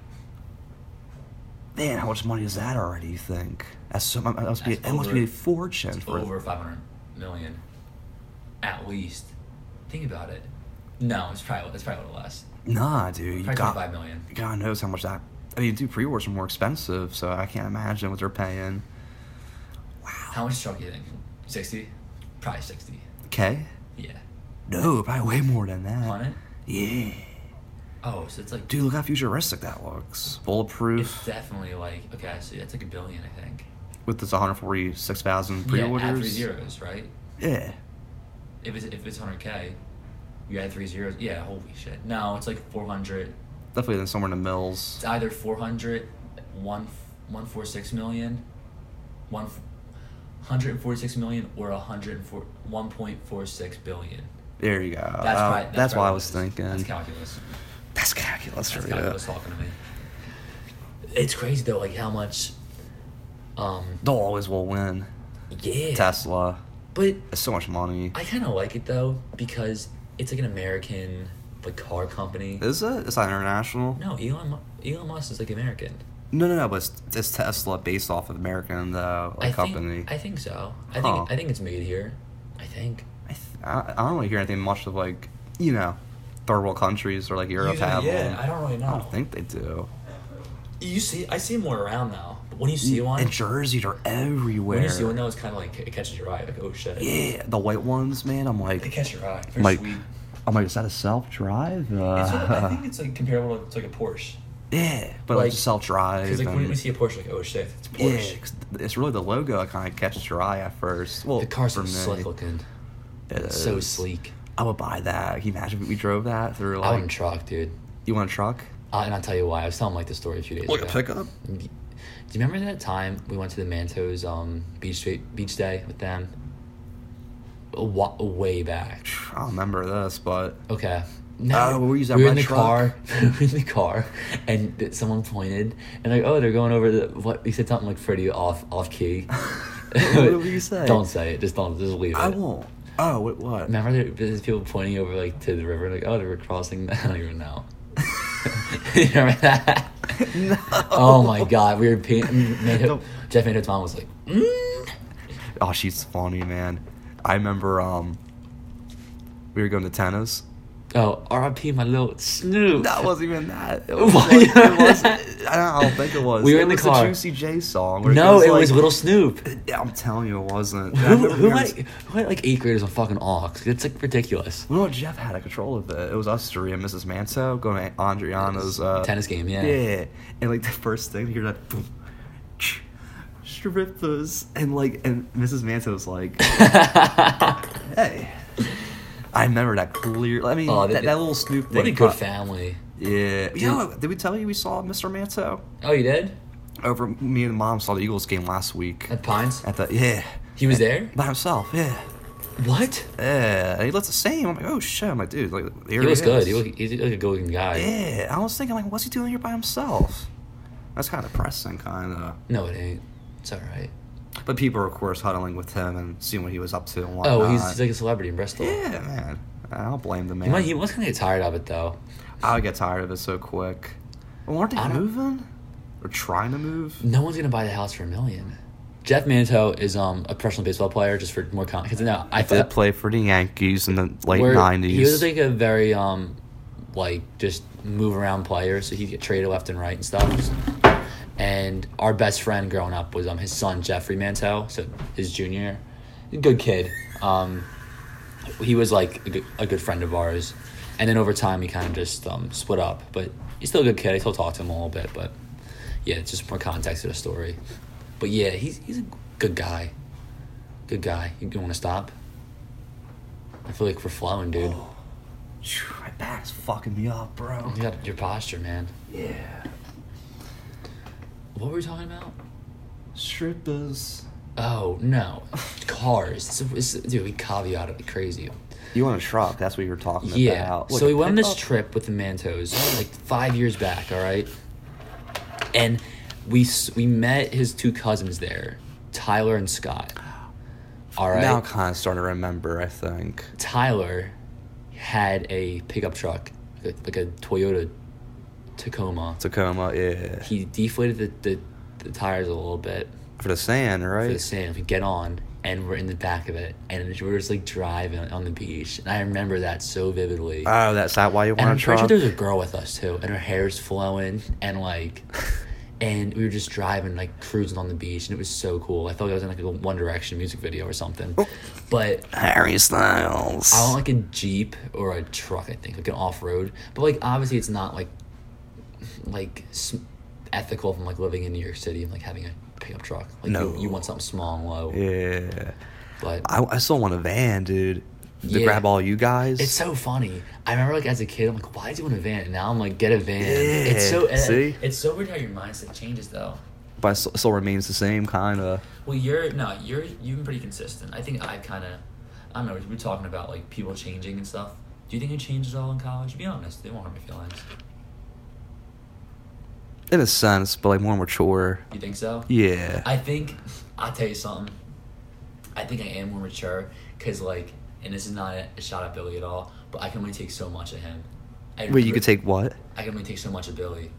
Speaker 2: Man, how much money is that already? You think? That's so. That must be.
Speaker 1: That's
Speaker 2: It must
Speaker 1: over-
Speaker 2: be a fortune for.
Speaker 1: Over 500 million, at least. Think about it. No, it's probably it's probably a little less.
Speaker 2: Nah, dude. You
Speaker 1: Probably
Speaker 2: got.
Speaker 1: 25 million.
Speaker 2: God knows how much that. I mean, dude, pre-orders are more expensive, so I can't imagine what they're paying.
Speaker 1: How much truck do you think? 60? Probably 60.
Speaker 2: Okay.
Speaker 1: Yeah.
Speaker 2: No, probably way more than that.
Speaker 1: On it?
Speaker 2: Yeah.
Speaker 1: Oh, so it's like
Speaker 2: Dude, look how futuristic that looks.
Speaker 1: It's
Speaker 2: Bulletproof
Speaker 1: definitely like okay, I see. That's like a billion, I think.
Speaker 2: with this 146,000
Speaker 1: Yeah, add three
Speaker 2: pre-orders.
Speaker 1: zeros, right?
Speaker 2: Yeah.
Speaker 1: If it's if it's hundred k, you add three zeros. Yeah, holy shit. No, it's like four hundred.
Speaker 2: Definitely then somewhere in the mills.
Speaker 1: It's either 400, one one four six million, one hundred and forty six million, or a hundred and four one point four six billion.
Speaker 2: There you go. That's,
Speaker 1: That's
Speaker 2: uh,
Speaker 1: right.
Speaker 2: that's, what I
Speaker 1: it
Speaker 2: was
Speaker 1: is.
Speaker 2: thinking.
Speaker 1: That's calculus.
Speaker 2: That's
Speaker 1: That's
Speaker 2: calculus for
Speaker 1: kind of
Speaker 2: you.
Speaker 1: what's talking to me. It's crazy though, like how much. Um.
Speaker 2: They'll always will win.
Speaker 1: Yeah.
Speaker 2: Tesla.
Speaker 1: But
Speaker 2: It's so much money.
Speaker 1: I kind of like it though because it's like an American like car company.
Speaker 2: Is it? It's not international?
Speaker 1: No, Elon Mu- Elon Musk is like American.
Speaker 2: No, no, no. But it's, it's Tesla based off of American though, like
Speaker 1: I
Speaker 2: company.
Speaker 1: Think, I think so. I
Speaker 2: Huh.
Speaker 1: think I think it's made here. I think.
Speaker 2: I, th- I, I don't really hear anything much of like you know third world countries or like Europe
Speaker 1: Usually,
Speaker 2: have
Speaker 1: yeah,
Speaker 2: them.
Speaker 1: I don't really
Speaker 2: I
Speaker 1: know.
Speaker 2: don't think they do.
Speaker 1: You see, I see more around now. But when you see one,
Speaker 2: And jerseys are everywhere.
Speaker 1: when you see one, though, it's kind of like it catches your eye. Like oh shit,
Speaker 2: yeah, the white ones, man. I'm
Speaker 1: it
Speaker 2: like,
Speaker 1: catches your eye. Very
Speaker 2: Like-
Speaker 1: sweet.
Speaker 2: I'm like, is that a self drive?
Speaker 1: It's sort of- I
Speaker 2: Uh,
Speaker 1: think it's like comparable to, to like a Porsche.
Speaker 2: yeah, but like,
Speaker 1: like-
Speaker 2: self drive.
Speaker 1: Because like when we see a Porsche, like oh shit, it's a Porsche.
Speaker 2: it's really the logo that kind of catches your eye at first. Well,
Speaker 1: The car's so
Speaker 2: for me,
Speaker 1: slick looking,
Speaker 2: it
Speaker 1: so
Speaker 2: is.
Speaker 1: sleek.
Speaker 2: I would buy that. Can you imagine if we drove that through
Speaker 1: I want a
Speaker 2: like
Speaker 1: truck, dude.
Speaker 2: you want a truck?
Speaker 1: Uh, and I'll tell you why. I was telling Mike the story a few days ago.
Speaker 2: pickup.
Speaker 1: Do you remember that time we went to the Mantos um, beach street, beach day with them? A wa- way back.
Speaker 2: I don't remember this, but
Speaker 1: Okay.
Speaker 2: Oh, we were using
Speaker 1: we were
Speaker 2: that
Speaker 1: in the
Speaker 2: red
Speaker 1: car. we were in the car, and th- someone pointed, and like, oh, they're going over the what? He said something like pretty off off key.
Speaker 2: What did you say?
Speaker 1: Don't say it. Just don't. Just leave it.
Speaker 2: I won't. Oh, what? what?
Speaker 1: Remember, there, there's people pointing over like to the river, like, oh, they were crossing. I don't even know. you remember that?
Speaker 2: No.
Speaker 1: Oh my god, we were painting.
Speaker 2: No.
Speaker 1: Jeff Manhood's mom was like, mm.
Speaker 2: Oh, she's funny, man. I remember um, we were going to tennis.
Speaker 1: "Oh, R.I.P. my little Snoop."
Speaker 2: That wasn't even that. It
Speaker 1: What?
Speaker 2: like- it was- I don't think it was.
Speaker 1: We were
Speaker 2: it
Speaker 1: in the
Speaker 2: was
Speaker 1: car.
Speaker 2: The Juicy J song. where
Speaker 1: no,
Speaker 2: goes
Speaker 1: it was
Speaker 2: like-
Speaker 1: little Snoop.
Speaker 2: Yeah, I'm telling you, it wasn't. I
Speaker 1: Who,
Speaker 2: remember
Speaker 1: who,
Speaker 2: hearing
Speaker 1: let,
Speaker 2: this-
Speaker 1: who let like eighth graders on fucking aux? It's like ridiculous.
Speaker 2: Well, no, Jeff had a control of it. It was us three and Mrs. Manso going to Andriana's uh,
Speaker 1: Tennis game, yeah.
Speaker 2: Yeah, and like the first thing you hear that boom, ch- strippers, and like and Mrs. Manso's like, hey. I remember that clearly. I mean,
Speaker 1: Oh,
Speaker 2: that,
Speaker 1: they-
Speaker 2: that little Snoop thing.
Speaker 1: What a good
Speaker 2: cut-
Speaker 1: family.
Speaker 2: Yeah. You know, did we tell you we saw Mr. Manso
Speaker 1: Oh, you did?
Speaker 2: over? Me and mom saw the Eagles game last week.
Speaker 1: At Pines?
Speaker 2: At the yeah,
Speaker 1: He was there?
Speaker 2: by himself. Yeah,
Speaker 1: What?
Speaker 2: yeah. And he looks the same. I'm like, oh shit. I'm like, dude, like
Speaker 1: He
Speaker 2: here he
Speaker 1: was
Speaker 2: is.
Speaker 1: good. He was, he's like a good looking guy.
Speaker 2: Yeah, I was thinking like, what's he doing here by himself? That's kind of depressing, kind of.
Speaker 1: No, it ain't. It's alright.
Speaker 2: But people were, of course, huddling with him and seeing what he was up to and whatnot.
Speaker 1: Oh, he's, he's like a celebrity in Bristol.
Speaker 2: yeah, man. I don't blame the
Speaker 1: He,
Speaker 2: man.
Speaker 1: might, he was gonna get tired of it though.
Speaker 2: I would get tired of it so quick. Well, aren't
Speaker 1: I
Speaker 2: they
Speaker 1: don't-
Speaker 2: moving? Or trying to move?
Speaker 1: No one's gonna buy the house for a million. Jeff Manto is um a professional baseball player. Just for more context, no, I
Speaker 2: Did
Speaker 1: thought
Speaker 2: play for the Yankees in the late
Speaker 1: where- He was
Speaker 2: nineties.
Speaker 1: like a very um, like just move around player, so he'd get traded left and right and stuff. And our best friend growing up was um his son Jeffrey Mantel, so his junior, good kid. Um, he was like a good, a good friend of ours, and then over time he kind of just um split up. But he's still a good kid. I still talk to him a little bit, but yeah, it's just more context to the story. But yeah, he's he's a good guy. Good guy. You want to stop? I feel like we're flowing, dude.
Speaker 2: Phew, My back's fucking me up, bro.
Speaker 1: You got your posture, man.
Speaker 2: Yeah.
Speaker 1: What were we talking about?
Speaker 2: Strippers.
Speaker 1: Oh no, cars. It's, it's, dude, we caveated it crazy.
Speaker 2: You want a truck? That's what oh. you were talking
Speaker 1: Yeah.
Speaker 2: about. Like
Speaker 1: So
Speaker 2: a
Speaker 1: we went on this
Speaker 2: pickup?
Speaker 1: trip with the Mantos like five years back. All right, and we s- we met his two cousins there, Tyler and Scott. All right.
Speaker 2: Now I'm kind of starting to remember. I think.
Speaker 1: Tyler had a pickup truck, like like a Toyota Tacoma.
Speaker 2: Tacoma, yeah.
Speaker 1: He deflated the, the, the tires a little bit.
Speaker 2: For the sand,
Speaker 1: for the
Speaker 2: right?
Speaker 1: sand. We get on, and we're in the back of it, and we're just like driving on the beach. And I remember that so vividly.
Speaker 2: Oh, that's not why you
Speaker 1: and
Speaker 2: want
Speaker 1: I'm
Speaker 2: a
Speaker 1: pretty sure
Speaker 2: truck.
Speaker 1: there's a girl with us too, and her hair's flowing, and like, and we were just driving, like cruising on the beach, and it was so cool. I felt like I was in like a One Direction music video or something.
Speaker 2: Oh.
Speaker 1: But
Speaker 2: Harry Styles.
Speaker 1: I want like a jeep or a truck. I think like an off road, but like obviously it's not like, like s- ethical from like living in New York City and like having a pickup truck. Like
Speaker 2: No.
Speaker 1: you, you want something small and low,
Speaker 2: yeah.
Speaker 1: but
Speaker 2: I, I still want a van, dude. To
Speaker 1: Yeah.
Speaker 2: grab all you guys.
Speaker 1: It's so funny. I remember like as a kid, I'm like, why do you want a van? And now I'm like, get a van. It's so
Speaker 2: Yeah, see?
Speaker 1: it's so weird how your mindset changes though.
Speaker 2: but it still- still remains the same kind of.
Speaker 1: Well, you're no, you're you've been pretty consistent. I think I kind of, I don't know. We're talking about like people changing and stuff. Do you think it changed at all in college? Be honest. They won't hurt my feelings.
Speaker 2: In a sense, but like more mature.
Speaker 1: You think so?
Speaker 2: Yeah.
Speaker 1: I think I'll tell you something. I think I am more mature because like, and this is not a shot at Billy at all, but I can only take so much of him. I
Speaker 2: Wait, you
Speaker 1: re-
Speaker 2: could take what?
Speaker 1: I can only take so much of Billy.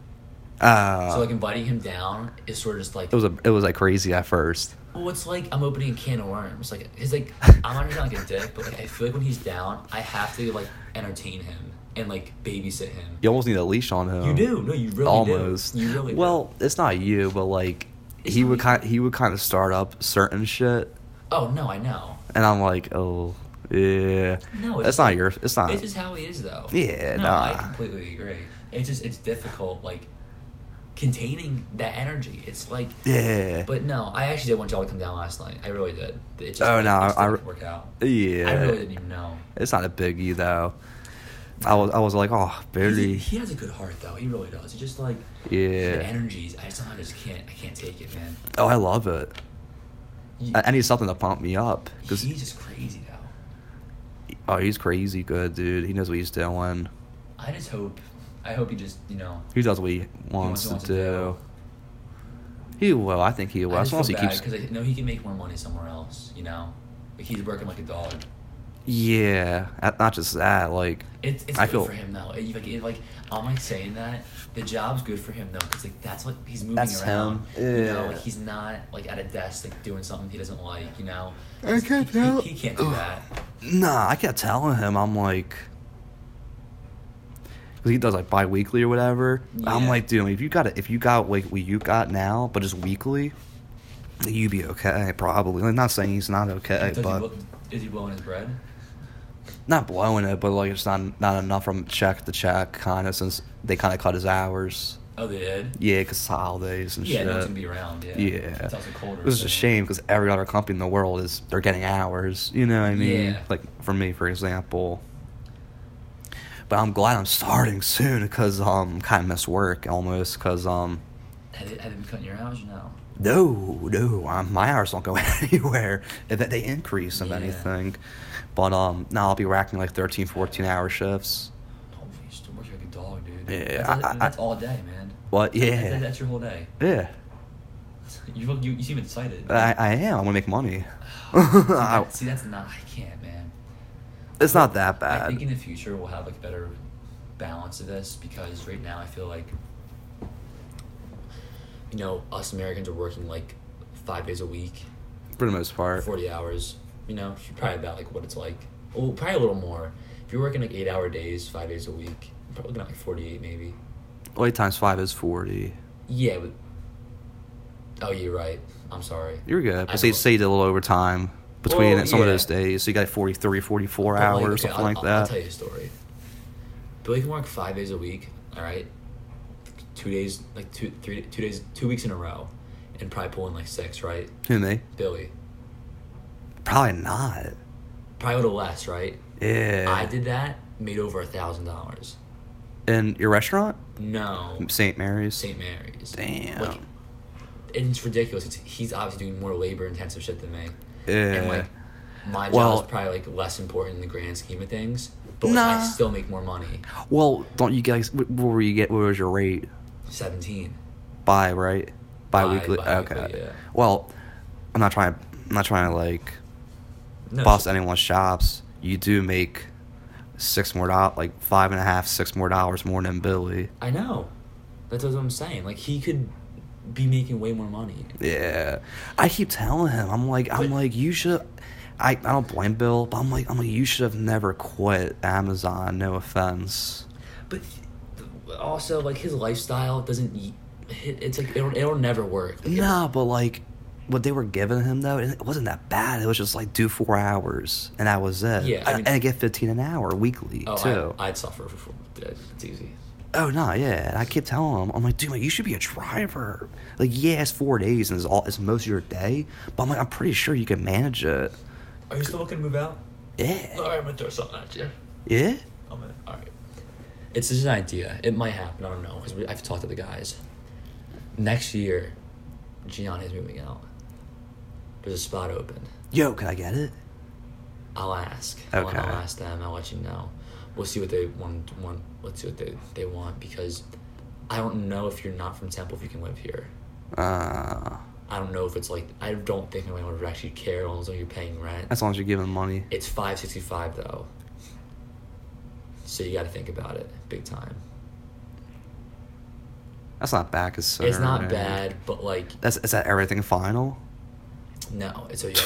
Speaker 2: Uh,
Speaker 1: So like inviting him down is sort of just like
Speaker 2: it was a, it was like crazy at first.
Speaker 1: well, it's like I'm opening a can of worms. Like he's like I'm not even like a dick, but like I feel like when he's down, I have to like entertain him and like babysit him.
Speaker 2: You almost need a leash on him.
Speaker 1: You do, no, you really
Speaker 2: almost.
Speaker 1: do. You really do.
Speaker 2: well, it's not you, but like
Speaker 1: It's
Speaker 2: he
Speaker 1: not
Speaker 2: would
Speaker 1: me.
Speaker 2: kind he would kind of start up certain shit,
Speaker 1: Oh no, I know.
Speaker 2: and I'm like, oh, yeah.
Speaker 1: No,
Speaker 2: that's
Speaker 1: it's-
Speaker 2: not your. It's not.
Speaker 1: It's just how he is though.
Speaker 2: Yeah,
Speaker 1: no, I
Speaker 2: nah.
Speaker 1: completely agree. It's just it's difficult like containing that energy. It's like
Speaker 2: yeah.
Speaker 1: But no, I actually did want y'all to come down last night. I really did. It just,
Speaker 2: Oh, no,
Speaker 1: it just
Speaker 2: I-
Speaker 1: didn't work out.
Speaker 2: yeah.
Speaker 1: I really didn't even know.
Speaker 2: It's not a biggie though. I was I was like, oh,
Speaker 1: He's a-
Speaker 2: barely.
Speaker 1: he has a good heart though. He really does. He just like
Speaker 2: Yeah.
Speaker 1: the energies. I just I just can't I can't take it, man.
Speaker 2: Oh, I love it.
Speaker 1: He,
Speaker 2: I, I need something to pump me up because
Speaker 1: he's just crazy though.
Speaker 2: oh, he's crazy good, dude. He knows what he's doing.
Speaker 1: I just hope I hope he just you know
Speaker 2: He does what he wants,
Speaker 1: wants
Speaker 2: to,
Speaker 1: to
Speaker 2: do. He will. I think he will.
Speaker 1: I
Speaker 2: As
Speaker 1: just
Speaker 2: long as he
Speaker 1: feel
Speaker 2: keeps.
Speaker 1: because I know he can make more money somewhere else. You know, like he's working like a dog.
Speaker 2: Yeah, uh, not just that. Like
Speaker 1: It's it's
Speaker 2: I
Speaker 1: good
Speaker 2: feel-
Speaker 1: for him though. It- like, it- like I'm like saying that the job's good for him though because like that's what he's moving
Speaker 2: That's
Speaker 1: around.
Speaker 2: him.
Speaker 1: You know,
Speaker 2: Yeah.
Speaker 1: like he's not like at a desk like doing something he doesn't like. You know,
Speaker 2: I
Speaker 1: He's-
Speaker 2: can't
Speaker 1: he,
Speaker 2: tell-
Speaker 1: he, he can't do that.
Speaker 2: nah, I kept telling him. I'm like. Cause he does like bi-weekly or whatever. I'm
Speaker 1: Yeah.
Speaker 2: like, dude, if you got it, if you got like what you got now, but just weekly, you be okay probably. Like, not saying he's not okay,
Speaker 1: Does he
Speaker 2: but
Speaker 1: blow- is he blowing his bread?
Speaker 2: not blowing it, but like it's not not enough from check to check kind of since they kind of cut his hours.
Speaker 1: Oh, they did.
Speaker 2: Yeah, because holidays and
Speaker 1: Yeah,
Speaker 2: shit.
Speaker 1: no one's gonna be around. Yeah.
Speaker 2: Yeah.
Speaker 1: It's also colder.
Speaker 2: It was
Speaker 1: so-
Speaker 2: a shame because every other company in the world is they're getting hours. You know what I mean?
Speaker 1: Yeah.
Speaker 2: Like for me, for example. But I'm glad I'm starting soon because um kind of miss work almost because um
Speaker 1: Have they, have they been cutting your hours? or No.
Speaker 2: no no um, my hours don't go anywhere if they increase if
Speaker 1: Yeah.
Speaker 2: anything, but um now I'll be racking like 13, 14 hour shifts.
Speaker 1: Holy, you still work like a dog, dude.
Speaker 2: Yeah,
Speaker 1: That's,
Speaker 2: I- I-
Speaker 1: that's all day, man.
Speaker 2: What?
Speaker 1: That-
Speaker 2: Yeah.
Speaker 1: that's your whole day.
Speaker 2: Yeah.
Speaker 1: You look- you, you seem excited.
Speaker 2: I, I am. I want to make money.
Speaker 1: See,
Speaker 2: I-
Speaker 1: that- Oh. see, that's not. I can't, man.
Speaker 2: it's not that
Speaker 1: I think in
Speaker 2: bad.
Speaker 1: the future we'll have like a better balance of this because right now I feel like you know us Americans are working like five days a week,
Speaker 2: For the most part.
Speaker 1: forty hours. You know, it's probably about like what it's like. Oh, probably a little more. If you're working like eight hour days, five days a week, you're probably looking at like forty eight maybe.
Speaker 2: Well, 8 times 5 is 40.
Speaker 1: Yeah, but oh, you're right. I'm sorry.
Speaker 2: You're good.
Speaker 1: I
Speaker 2: But say,
Speaker 1: know.
Speaker 2: say you did a little overtime between
Speaker 1: Well,
Speaker 2: some of
Speaker 1: yeah.
Speaker 2: those days. So you got like 43, 44
Speaker 1: But, like,
Speaker 2: hours,
Speaker 1: okay,
Speaker 2: something
Speaker 1: I'll-
Speaker 2: like
Speaker 1: I'll-
Speaker 2: that.
Speaker 1: I'll tell you a story. Billy can work five days a week. All right, two days, like two, three, two days, two weeks in a row, and probably pull in like six, right?
Speaker 2: Who, me?
Speaker 1: Billy
Speaker 2: Probably not.
Speaker 1: probably a little less, right?
Speaker 2: Yeah.
Speaker 1: I did that, made over a thousand dollars.
Speaker 2: In your restaurant?
Speaker 1: No,
Speaker 2: St. Mary's?
Speaker 1: St. Mary's.
Speaker 2: Damn.
Speaker 1: Like, it's ridiculous. It's, he's obviously doing more labor intensive shit than me. And
Speaker 2: yeah.
Speaker 1: like, my
Speaker 2: Well-
Speaker 1: job is probably like less important in the grand scheme of things, but like,
Speaker 2: Nah.
Speaker 1: I still make more money.
Speaker 2: well, don't you guys, wh- what were you get? What was your rate?
Speaker 1: Seventeen.
Speaker 2: Bi, right? Bi weekly?
Speaker 1: bi-weekly,
Speaker 2: Okay.
Speaker 1: yeah.
Speaker 2: Well, I'm not trying, I'm not trying to like
Speaker 1: No,
Speaker 2: bust anyone's shops. You do make six more dollars, like five and a half, six more dollars more than Billy.
Speaker 1: I know. That's what I'm saying. Like he could be making way more money.
Speaker 2: Yeah, I keep telling him. I'm like, I'm
Speaker 1: But-
Speaker 2: like, you should. I, I don't blame Bill, but I'm like, I'm like, you should have never quit Amazon. No offense.
Speaker 1: But also, like his lifestyle doesn't. y- it- It's like it'll, it'll never work. Like,
Speaker 2: Nah, but like, what they were giving him though, it wasn't that bad. It was just like do four hours, and that was it.
Speaker 1: Yeah, I
Speaker 2: And-
Speaker 1: mean-
Speaker 2: and I get fifteen an hour weekly
Speaker 1: Oh,
Speaker 2: too.
Speaker 1: I, I'd suffer for. It's easy.
Speaker 2: oh no, yeah. And I keep telling him, I'm like, dude, like, you should be a driver. Like, yeah, it's four days and it's all it's most of your day, but I'm like, I'm pretty sure you can manage it.
Speaker 1: Are you still looking to move out?
Speaker 2: Yeah,
Speaker 1: right, I'm gonna throw something at you.
Speaker 2: yeah.
Speaker 1: I'm gonna, all right. It's just an idea. It might happen. I don't know. Cause we, I've talked to the guys. Next year, Gianni's moving out. There's a spot open.
Speaker 2: Yo, can I get it?
Speaker 1: I'll ask. I'll,
Speaker 2: Okay.
Speaker 1: I'll ask them. I'll let you know. We'll see what they want. want let's see what they, they want because I don't know if you're not from Temple if you can live here.
Speaker 2: Uh,
Speaker 1: I don't know if it's like I don't think anyone would actually care as long as you're paying rent.
Speaker 2: as long as you're giving money.
Speaker 1: It's five sixty five though, so you got to think about it big time.
Speaker 2: That's not bad, cause
Speaker 1: it's not bad, but like
Speaker 2: That's is that everything final?
Speaker 1: no, it's so you.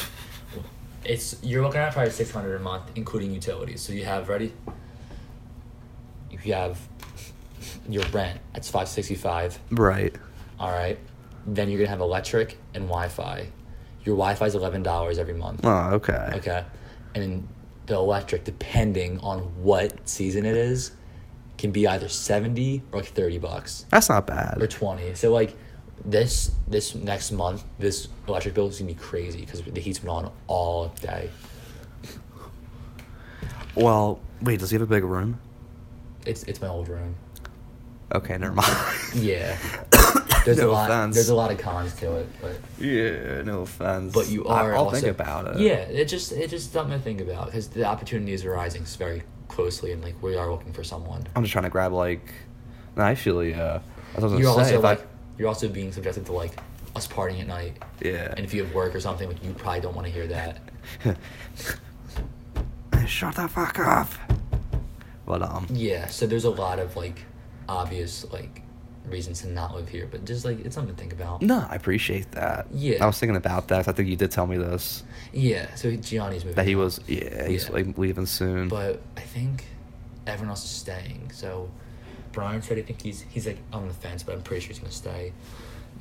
Speaker 1: It's you're looking at probably six hundred a month, including utilities. So you have ready. You have your rent. That's five sixty five.
Speaker 2: Right.
Speaker 1: All right. Then you're gonna have electric and Wi-Fi. Your Wi-Fi is eleven dollars every month.
Speaker 2: Oh, okay.
Speaker 1: Okay. And then the electric, depending on what season it is, can be either seventy or like thirty bucks
Speaker 2: That's not bad.
Speaker 1: or twenty. So like this this next month, this electric bill is gonna be crazy because the heat's been on all day.
Speaker 2: Well, wait, does he have a big room?
Speaker 1: It's it's my old room.
Speaker 2: Okay, never mind.
Speaker 1: Yeah. There's
Speaker 2: No
Speaker 1: a lot.
Speaker 2: offense.
Speaker 1: There's a lot of cons to it, but.
Speaker 2: yeah, no offense.
Speaker 1: But you are.
Speaker 2: I, I'll
Speaker 1: also,
Speaker 2: think about it.
Speaker 1: Yeah, it just it just something to think about because the opportunities are rising very closely, and like we are looking for someone.
Speaker 2: I'm just trying to grab like. No, I feel yeah. That's what I was
Speaker 1: You're
Speaker 2: gonna say.
Speaker 1: also
Speaker 2: if I-
Speaker 1: like you're also being subjected to like us partying at night,
Speaker 2: yeah.
Speaker 1: and if you have work or something, like you probably don't want to hear that.
Speaker 2: Shut the fuck up. But um,
Speaker 1: Yeah, so there's a lot of like obvious like reasons to not live here, but just like it's something to think about.
Speaker 2: no, I appreciate that.
Speaker 1: Yeah.
Speaker 2: I was thinking about that. 'cause I think you did tell me this
Speaker 1: Yeah, so Gianni's moving.
Speaker 2: that he
Speaker 1: out.
Speaker 2: was yeah he's
Speaker 1: Yeah.
Speaker 2: like leaving soon.
Speaker 1: but I think everyone else is staying. So Brian said I think he's he's like on the fence, but I'm pretty sure he's gonna stay.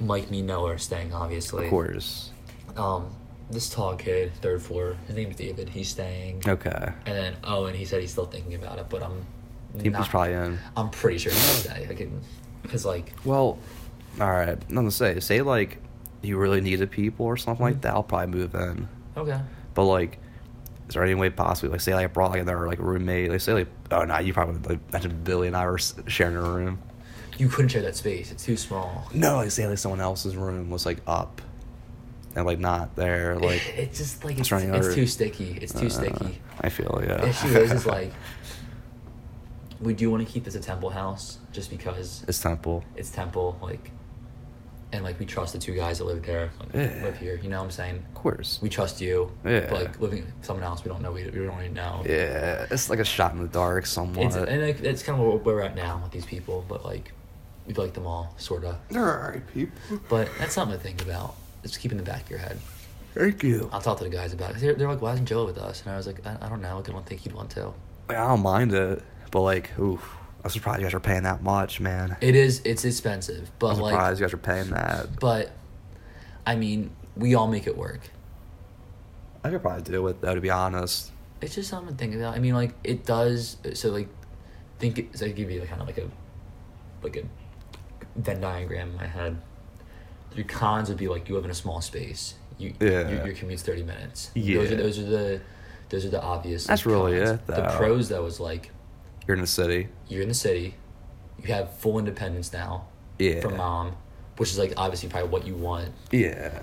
Speaker 1: Mike, me, Noah are staying obviously.
Speaker 2: of course.
Speaker 1: Um, this tall kid, third floor. His name's David. He's staying.
Speaker 2: Okay.
Speaker 1: And then oh, and he said he's still thinking about it, but I'm.
Speaker 2: He was
Speaker 1: not-
Speaker 2: probably in.
Speaker 1: I'm pretty sure he's gonna stay. I can, cause like
Speaker 2: Well, all right. Nothing to say. Say like you really needed people or something
Speaker 1: Mm-hmm.
Speaker 2: like that. I'll probably move in.
Speaker 1: okay.
Speaker 2: But like, is there any way possibly like say like I brought like another like roommate? Like say like oh no, you probably would like imagine Billy and I were s- sharing a room.
Speaker 1: You couldn't share that space. It's too small.
Speaker 2: No, like say like someone else's room was like up, and like not there. Like
Speaker 1: it's just like
Speaker 2: It's
Speaker 1: it's,
Speaker 2: running
Speaker 1: it's
Speaker 2: over-
Speaker 1: too sticky. It's too
Speaker 2: uh,
Speaker 1: sticky.
Speaker 2: I feel yeah.
Speaker 1: The issue is, is like we do want to keep this a temple house just because
Speaker 2: it's temple.
Speaker 1: it's temple. Like and like we trust the two guys that live there, like,
Speaker 2: Yeah.
Speaker 1: live here. You know what I'm saying?
Speaker 2: Of course.
Speaker 1: We trust you.
Speaker 2: Yeah.
Speaker 1: But like living with someone else, we don't know. We, we don't really know.
Speaker 2: Yeah, it's like a shot in the dark somewhat.
Speaker 1: It's, and like, it's kind of where we're at now with these people, but like we like them all, sorta.
Speaker 2: They're alright people.
Speaker 1: But that's something to think about. It's keep in the back of your head.
Speaker 2: Thank you.
Speaker 1: I'll talk to the guys about it. They're, they're like, why isn't Joe with us? And I was like, I, I don't know. I don't think he'd want to.
Speaker 2: Like, I don't mind it, but like, oof, I'm surprised you guys are paying that much, man.
Speaker 1: It is. It's expensive, but
Speaker 2: I'm
Speaker 1: like,
Speaker 2: surprised you guys are paying that.
Speaker 1: but I mean, we all make it work.
Speaker 2: I could probably do it though, to be honest.
Speaker 1: It's just something to think about. I mean, like it does. So like, think. It, so I give you like, kind of like a, like a Venn diagram in my head. Your cons would be like you live in a small space. You,
Speaker 2: Yeah.
Speaker 1: Your, your commute's thirty minutes. Those are,
Speaker 2: Yeah.
Speaker 1: those are the, those are the obvious.
Speaker 2: That's really it,
Speaker 1: The
Speaker 2: though.
Speaker 1: pros though is like
Speaker 2: You're in the city.
Speaker 1: you're in the city, you have full independence now
Speaker 2: Yeah.
Speaker 1: from uh, mom, which is like obviously probably what you want,
Speaker 2: Yeah.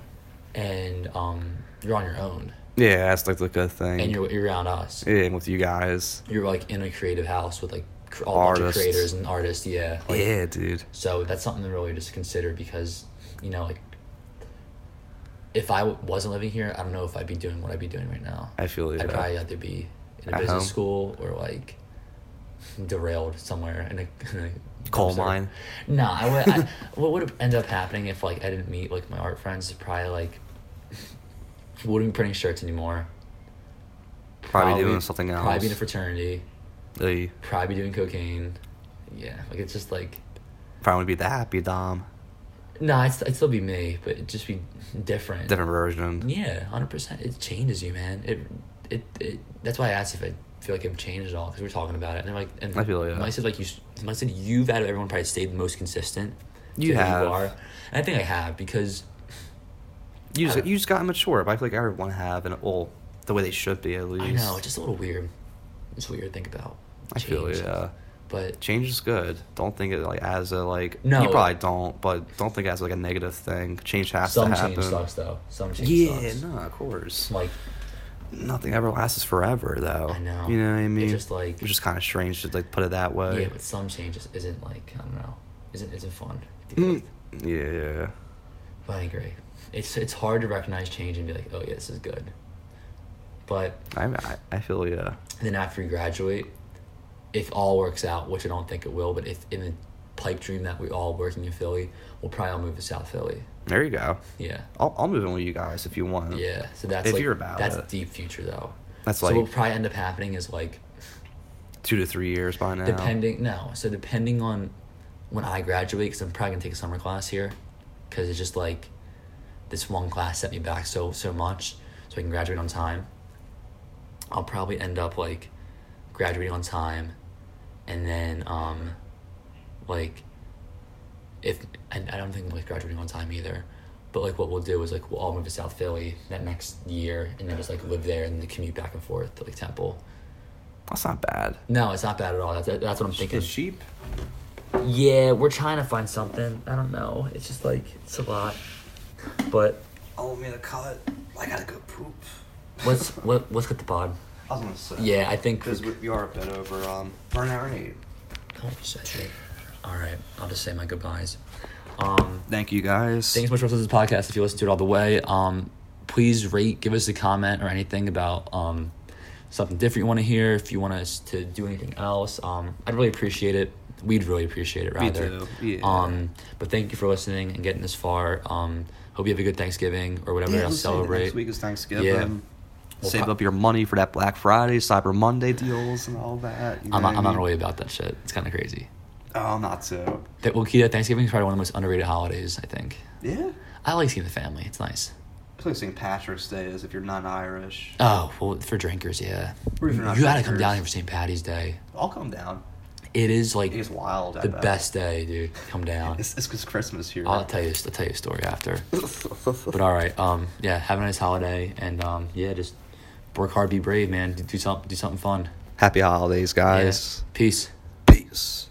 Speaker 1: and um, you're on your own,
Speaker 2: Yeah, that's like the good thing.
Speaker 1: and you're you're around us.
Speaker 2: yeah, and with you guys.
Speaker 1: You're like in a creative house with like cr- all bunch of
Speaker 2: Artists.
Speaker 1: creators and artists, yeah. Like,
Speaker 2: Yeah, dude.
Speaker 1: So that's something to really just consider because, you know, like if I w- wasn't living here, I don't know if I'd be doing what I'd be doing right now.
Speaker 2: I feel you.
Speaker 1: I'd probably uh, either be in a
Speaker 2: At
Speaker 1: business
Speaker 2: home.
Speaker 1: school or like derailed somewhere in a, in a
Speaker 2: Coal
Speaker 1: dumpster.
Speaker 2: mine.
Speaker 1: No, I would. I, what would end up happening if like I didn't meet like my art friends? Probably like wouldn't be printing shirts anymore.
Speaker 2: Probably, doing something else.
Speaker 1: Probably be in a fraternity.
Speaker 2: Ey,
Speaker 1: Probably be doing cocaine. Yeah, like it's just like
Speaker 2: probably be the happy dom,
Speaker 1: no, nah, it's I'd still be me, but it'd just be different.
Speaker 2: different version.
Speaker 1: Yeah, hundred percent. It changes you, man. It, it, it. That's why I asked if I feel like I've changed at all because we were talking about it, and they're like, and
Speaker 2: I feel ya.
Speaker 1: I said like you, s- I said you've out of everyone probably stayed the most consistent.
Speaker 2: You
Speaker 1: to who
Speaker 2: have.
Speaker 1: and I think I have because I
Speaker 2: You just,
Speaker 1: don't-
Speaker 2: you just got mature. but I feel like everyone have, and well, the way they should be at least.
Speaker 1: I know it's just a little weird. It's weird to think about.
Speaker 2: I feel
Speaker 1: Change.
Speaker 2: yeah.
Speaker 1: But
Speaker 2: Change is good. Don't think it like as a like.
Speaker 1: No.
Speaker 2: You probably don't, but don't think it as like a negative thing. Change has
Speaker 1: some
Speaker 2: to happen.
Speaker 1: change sucks though. Some change
Speaker 2: yeah,
Speaker 1: sucks.
Speaker 2: no, of course.
Speaker 1: Like
Speaker 2: Nothing ever lasts forever, though.
Speaker 1: I know.
Speaker 2: You know what I
Speaker 1: It's
Speaker 2: mean?
Speaker 1: just like-
Speaker 2: it's just kind of strange to like put it that way.
Speaker 1: yeah, but some changes isn't like I don't know, isn't isn't fun.
Speaker 2: Mm, yeah.
Speaker 1: But I agree. It's it's hard to recognize change and be like, oh yeah, this is good. But
Speaker 2: I I, I feel yeah.
Speaker 1: then after you graduate, if all works out, which I don't think it will, but if in the pipe dream that we all working in Philly, we'll probably all move to South Philly.
Speaker 2: There you go.
Speaker 1: Yeah.
Speaker 2: I'll, I'll move in with you guys if you want.
Speaker 1: Yeah. So that's
Speaker 2: Mm. If
Speaker 1: like
Speaker 2: you're about
Speaker 1: that's
Speaker 2: it.
Speaker 1: deep future though.
Speaker 2: That's
Speaker 1: so
Speaker 2: like-
Speaker 1: what probably end up happening is like
Speaker 2: Two to three years by now.
Speaker 1: depending no so depending on when i graduate because i'm probably going to take a summer class here because it's just like this one class set me back so so much so i can graduate on time i'll probably end up like graduating on time and then um like if and i don't think like graduating on time either but like what we'll do is like we'll all move to south philly that next year and then just like live there and then commute back and forth to like temple
Speaker 2: That's not bad.
Speaker 1: no it's not bad at all that's, that's what i'm thinking
Speaker 2: sheep.
Speaker 1: yeah, we're trying to find something. I don't know. It's just like it's a lot. But
Speaker 2: I want me to cut. I gotta go poop.
Speaker 1: let's let, let's get the pod.
Speaker 2: I was gonna say.
Speaker 1: Yeah, I think.
Speaker 2: Because we, we are a bit over um for an hour and eight.
Speaker 1: Oh, shit. All right, I'll just say my goodbyes. Um,
Speaker 2: Thank you guys.
Speaker 1: thanks so much for listening to this podcast. If you listen to it all the way, um, please rate, give us a comment or anything about um, something different you want to hear. If you want us to do anything else, um, I'd really appreciate it. We'd really appreciate it, rather.
Speaker 2: too, yeah.
Speaker 1: Um, but thank you for listening and getting this far. Um, hope you have a good Thanksgiving or whatever
Speaker 2: Yeah,
Speaker 1: else
Speaker 2: let's say that
Speaker 1: celebrate.
Speaker 2: Next week is Thanksgiving.
Speaker 1: Yeah. We'll
Speaker 2: Save
Speaker 1: pro-
Speaker 2: up your money for that Black Friday, Cyber Monday deals, and all that. you
Speaker 1: I'm
Speaker 2: know
Speaker 1: not,
Speaker 2: what
Speaker 1: I'm
Speaker 2: I
Speaker 1: not
Speaker 2: mean?
Speaker 1: really about that shit. It's kind of crazy.
Speaker 2: Oh, I'm not so.
Speaker 1: That well, Kita, Thanksgiving is probably one of the most underrated holidays. I think.
Speaker 2: Yeah.
Speaker 1: I like seeing the family. It's nice.
Speaker 2: It's like St. Patrick's Day is if you're not Irish.
Speaker 1: Oh well, for drinkers, yeah.
Speaker 2: Or if
Speaker 1: You
Speaker 2: you're not
Speaker 1: gotta come
Speaker 2: drinkers.
Speaker 1: down here for St. Patty's Day.
Speaker 2: I'll come down.
Speaker 1: It is like
Speaker 2: It is wild. I
Speaker 1: the
Speaker 2: bet.
Speaker 1: best day, dude. Come down.
Speaker 2: It's because Christmas here.
Speaker 1: I'll tell you. I'll tell you a story after. But all right, um, yeah. Have a nice holiday, and um, yeah, just work hard, be brave, man. Do, do something, do something fun.
Speaker 2: Happy holidays,
Speaker 1: Yeah.
Speaker 2: guys.
Speaker 1: Peace.
Speaker 2: Peace.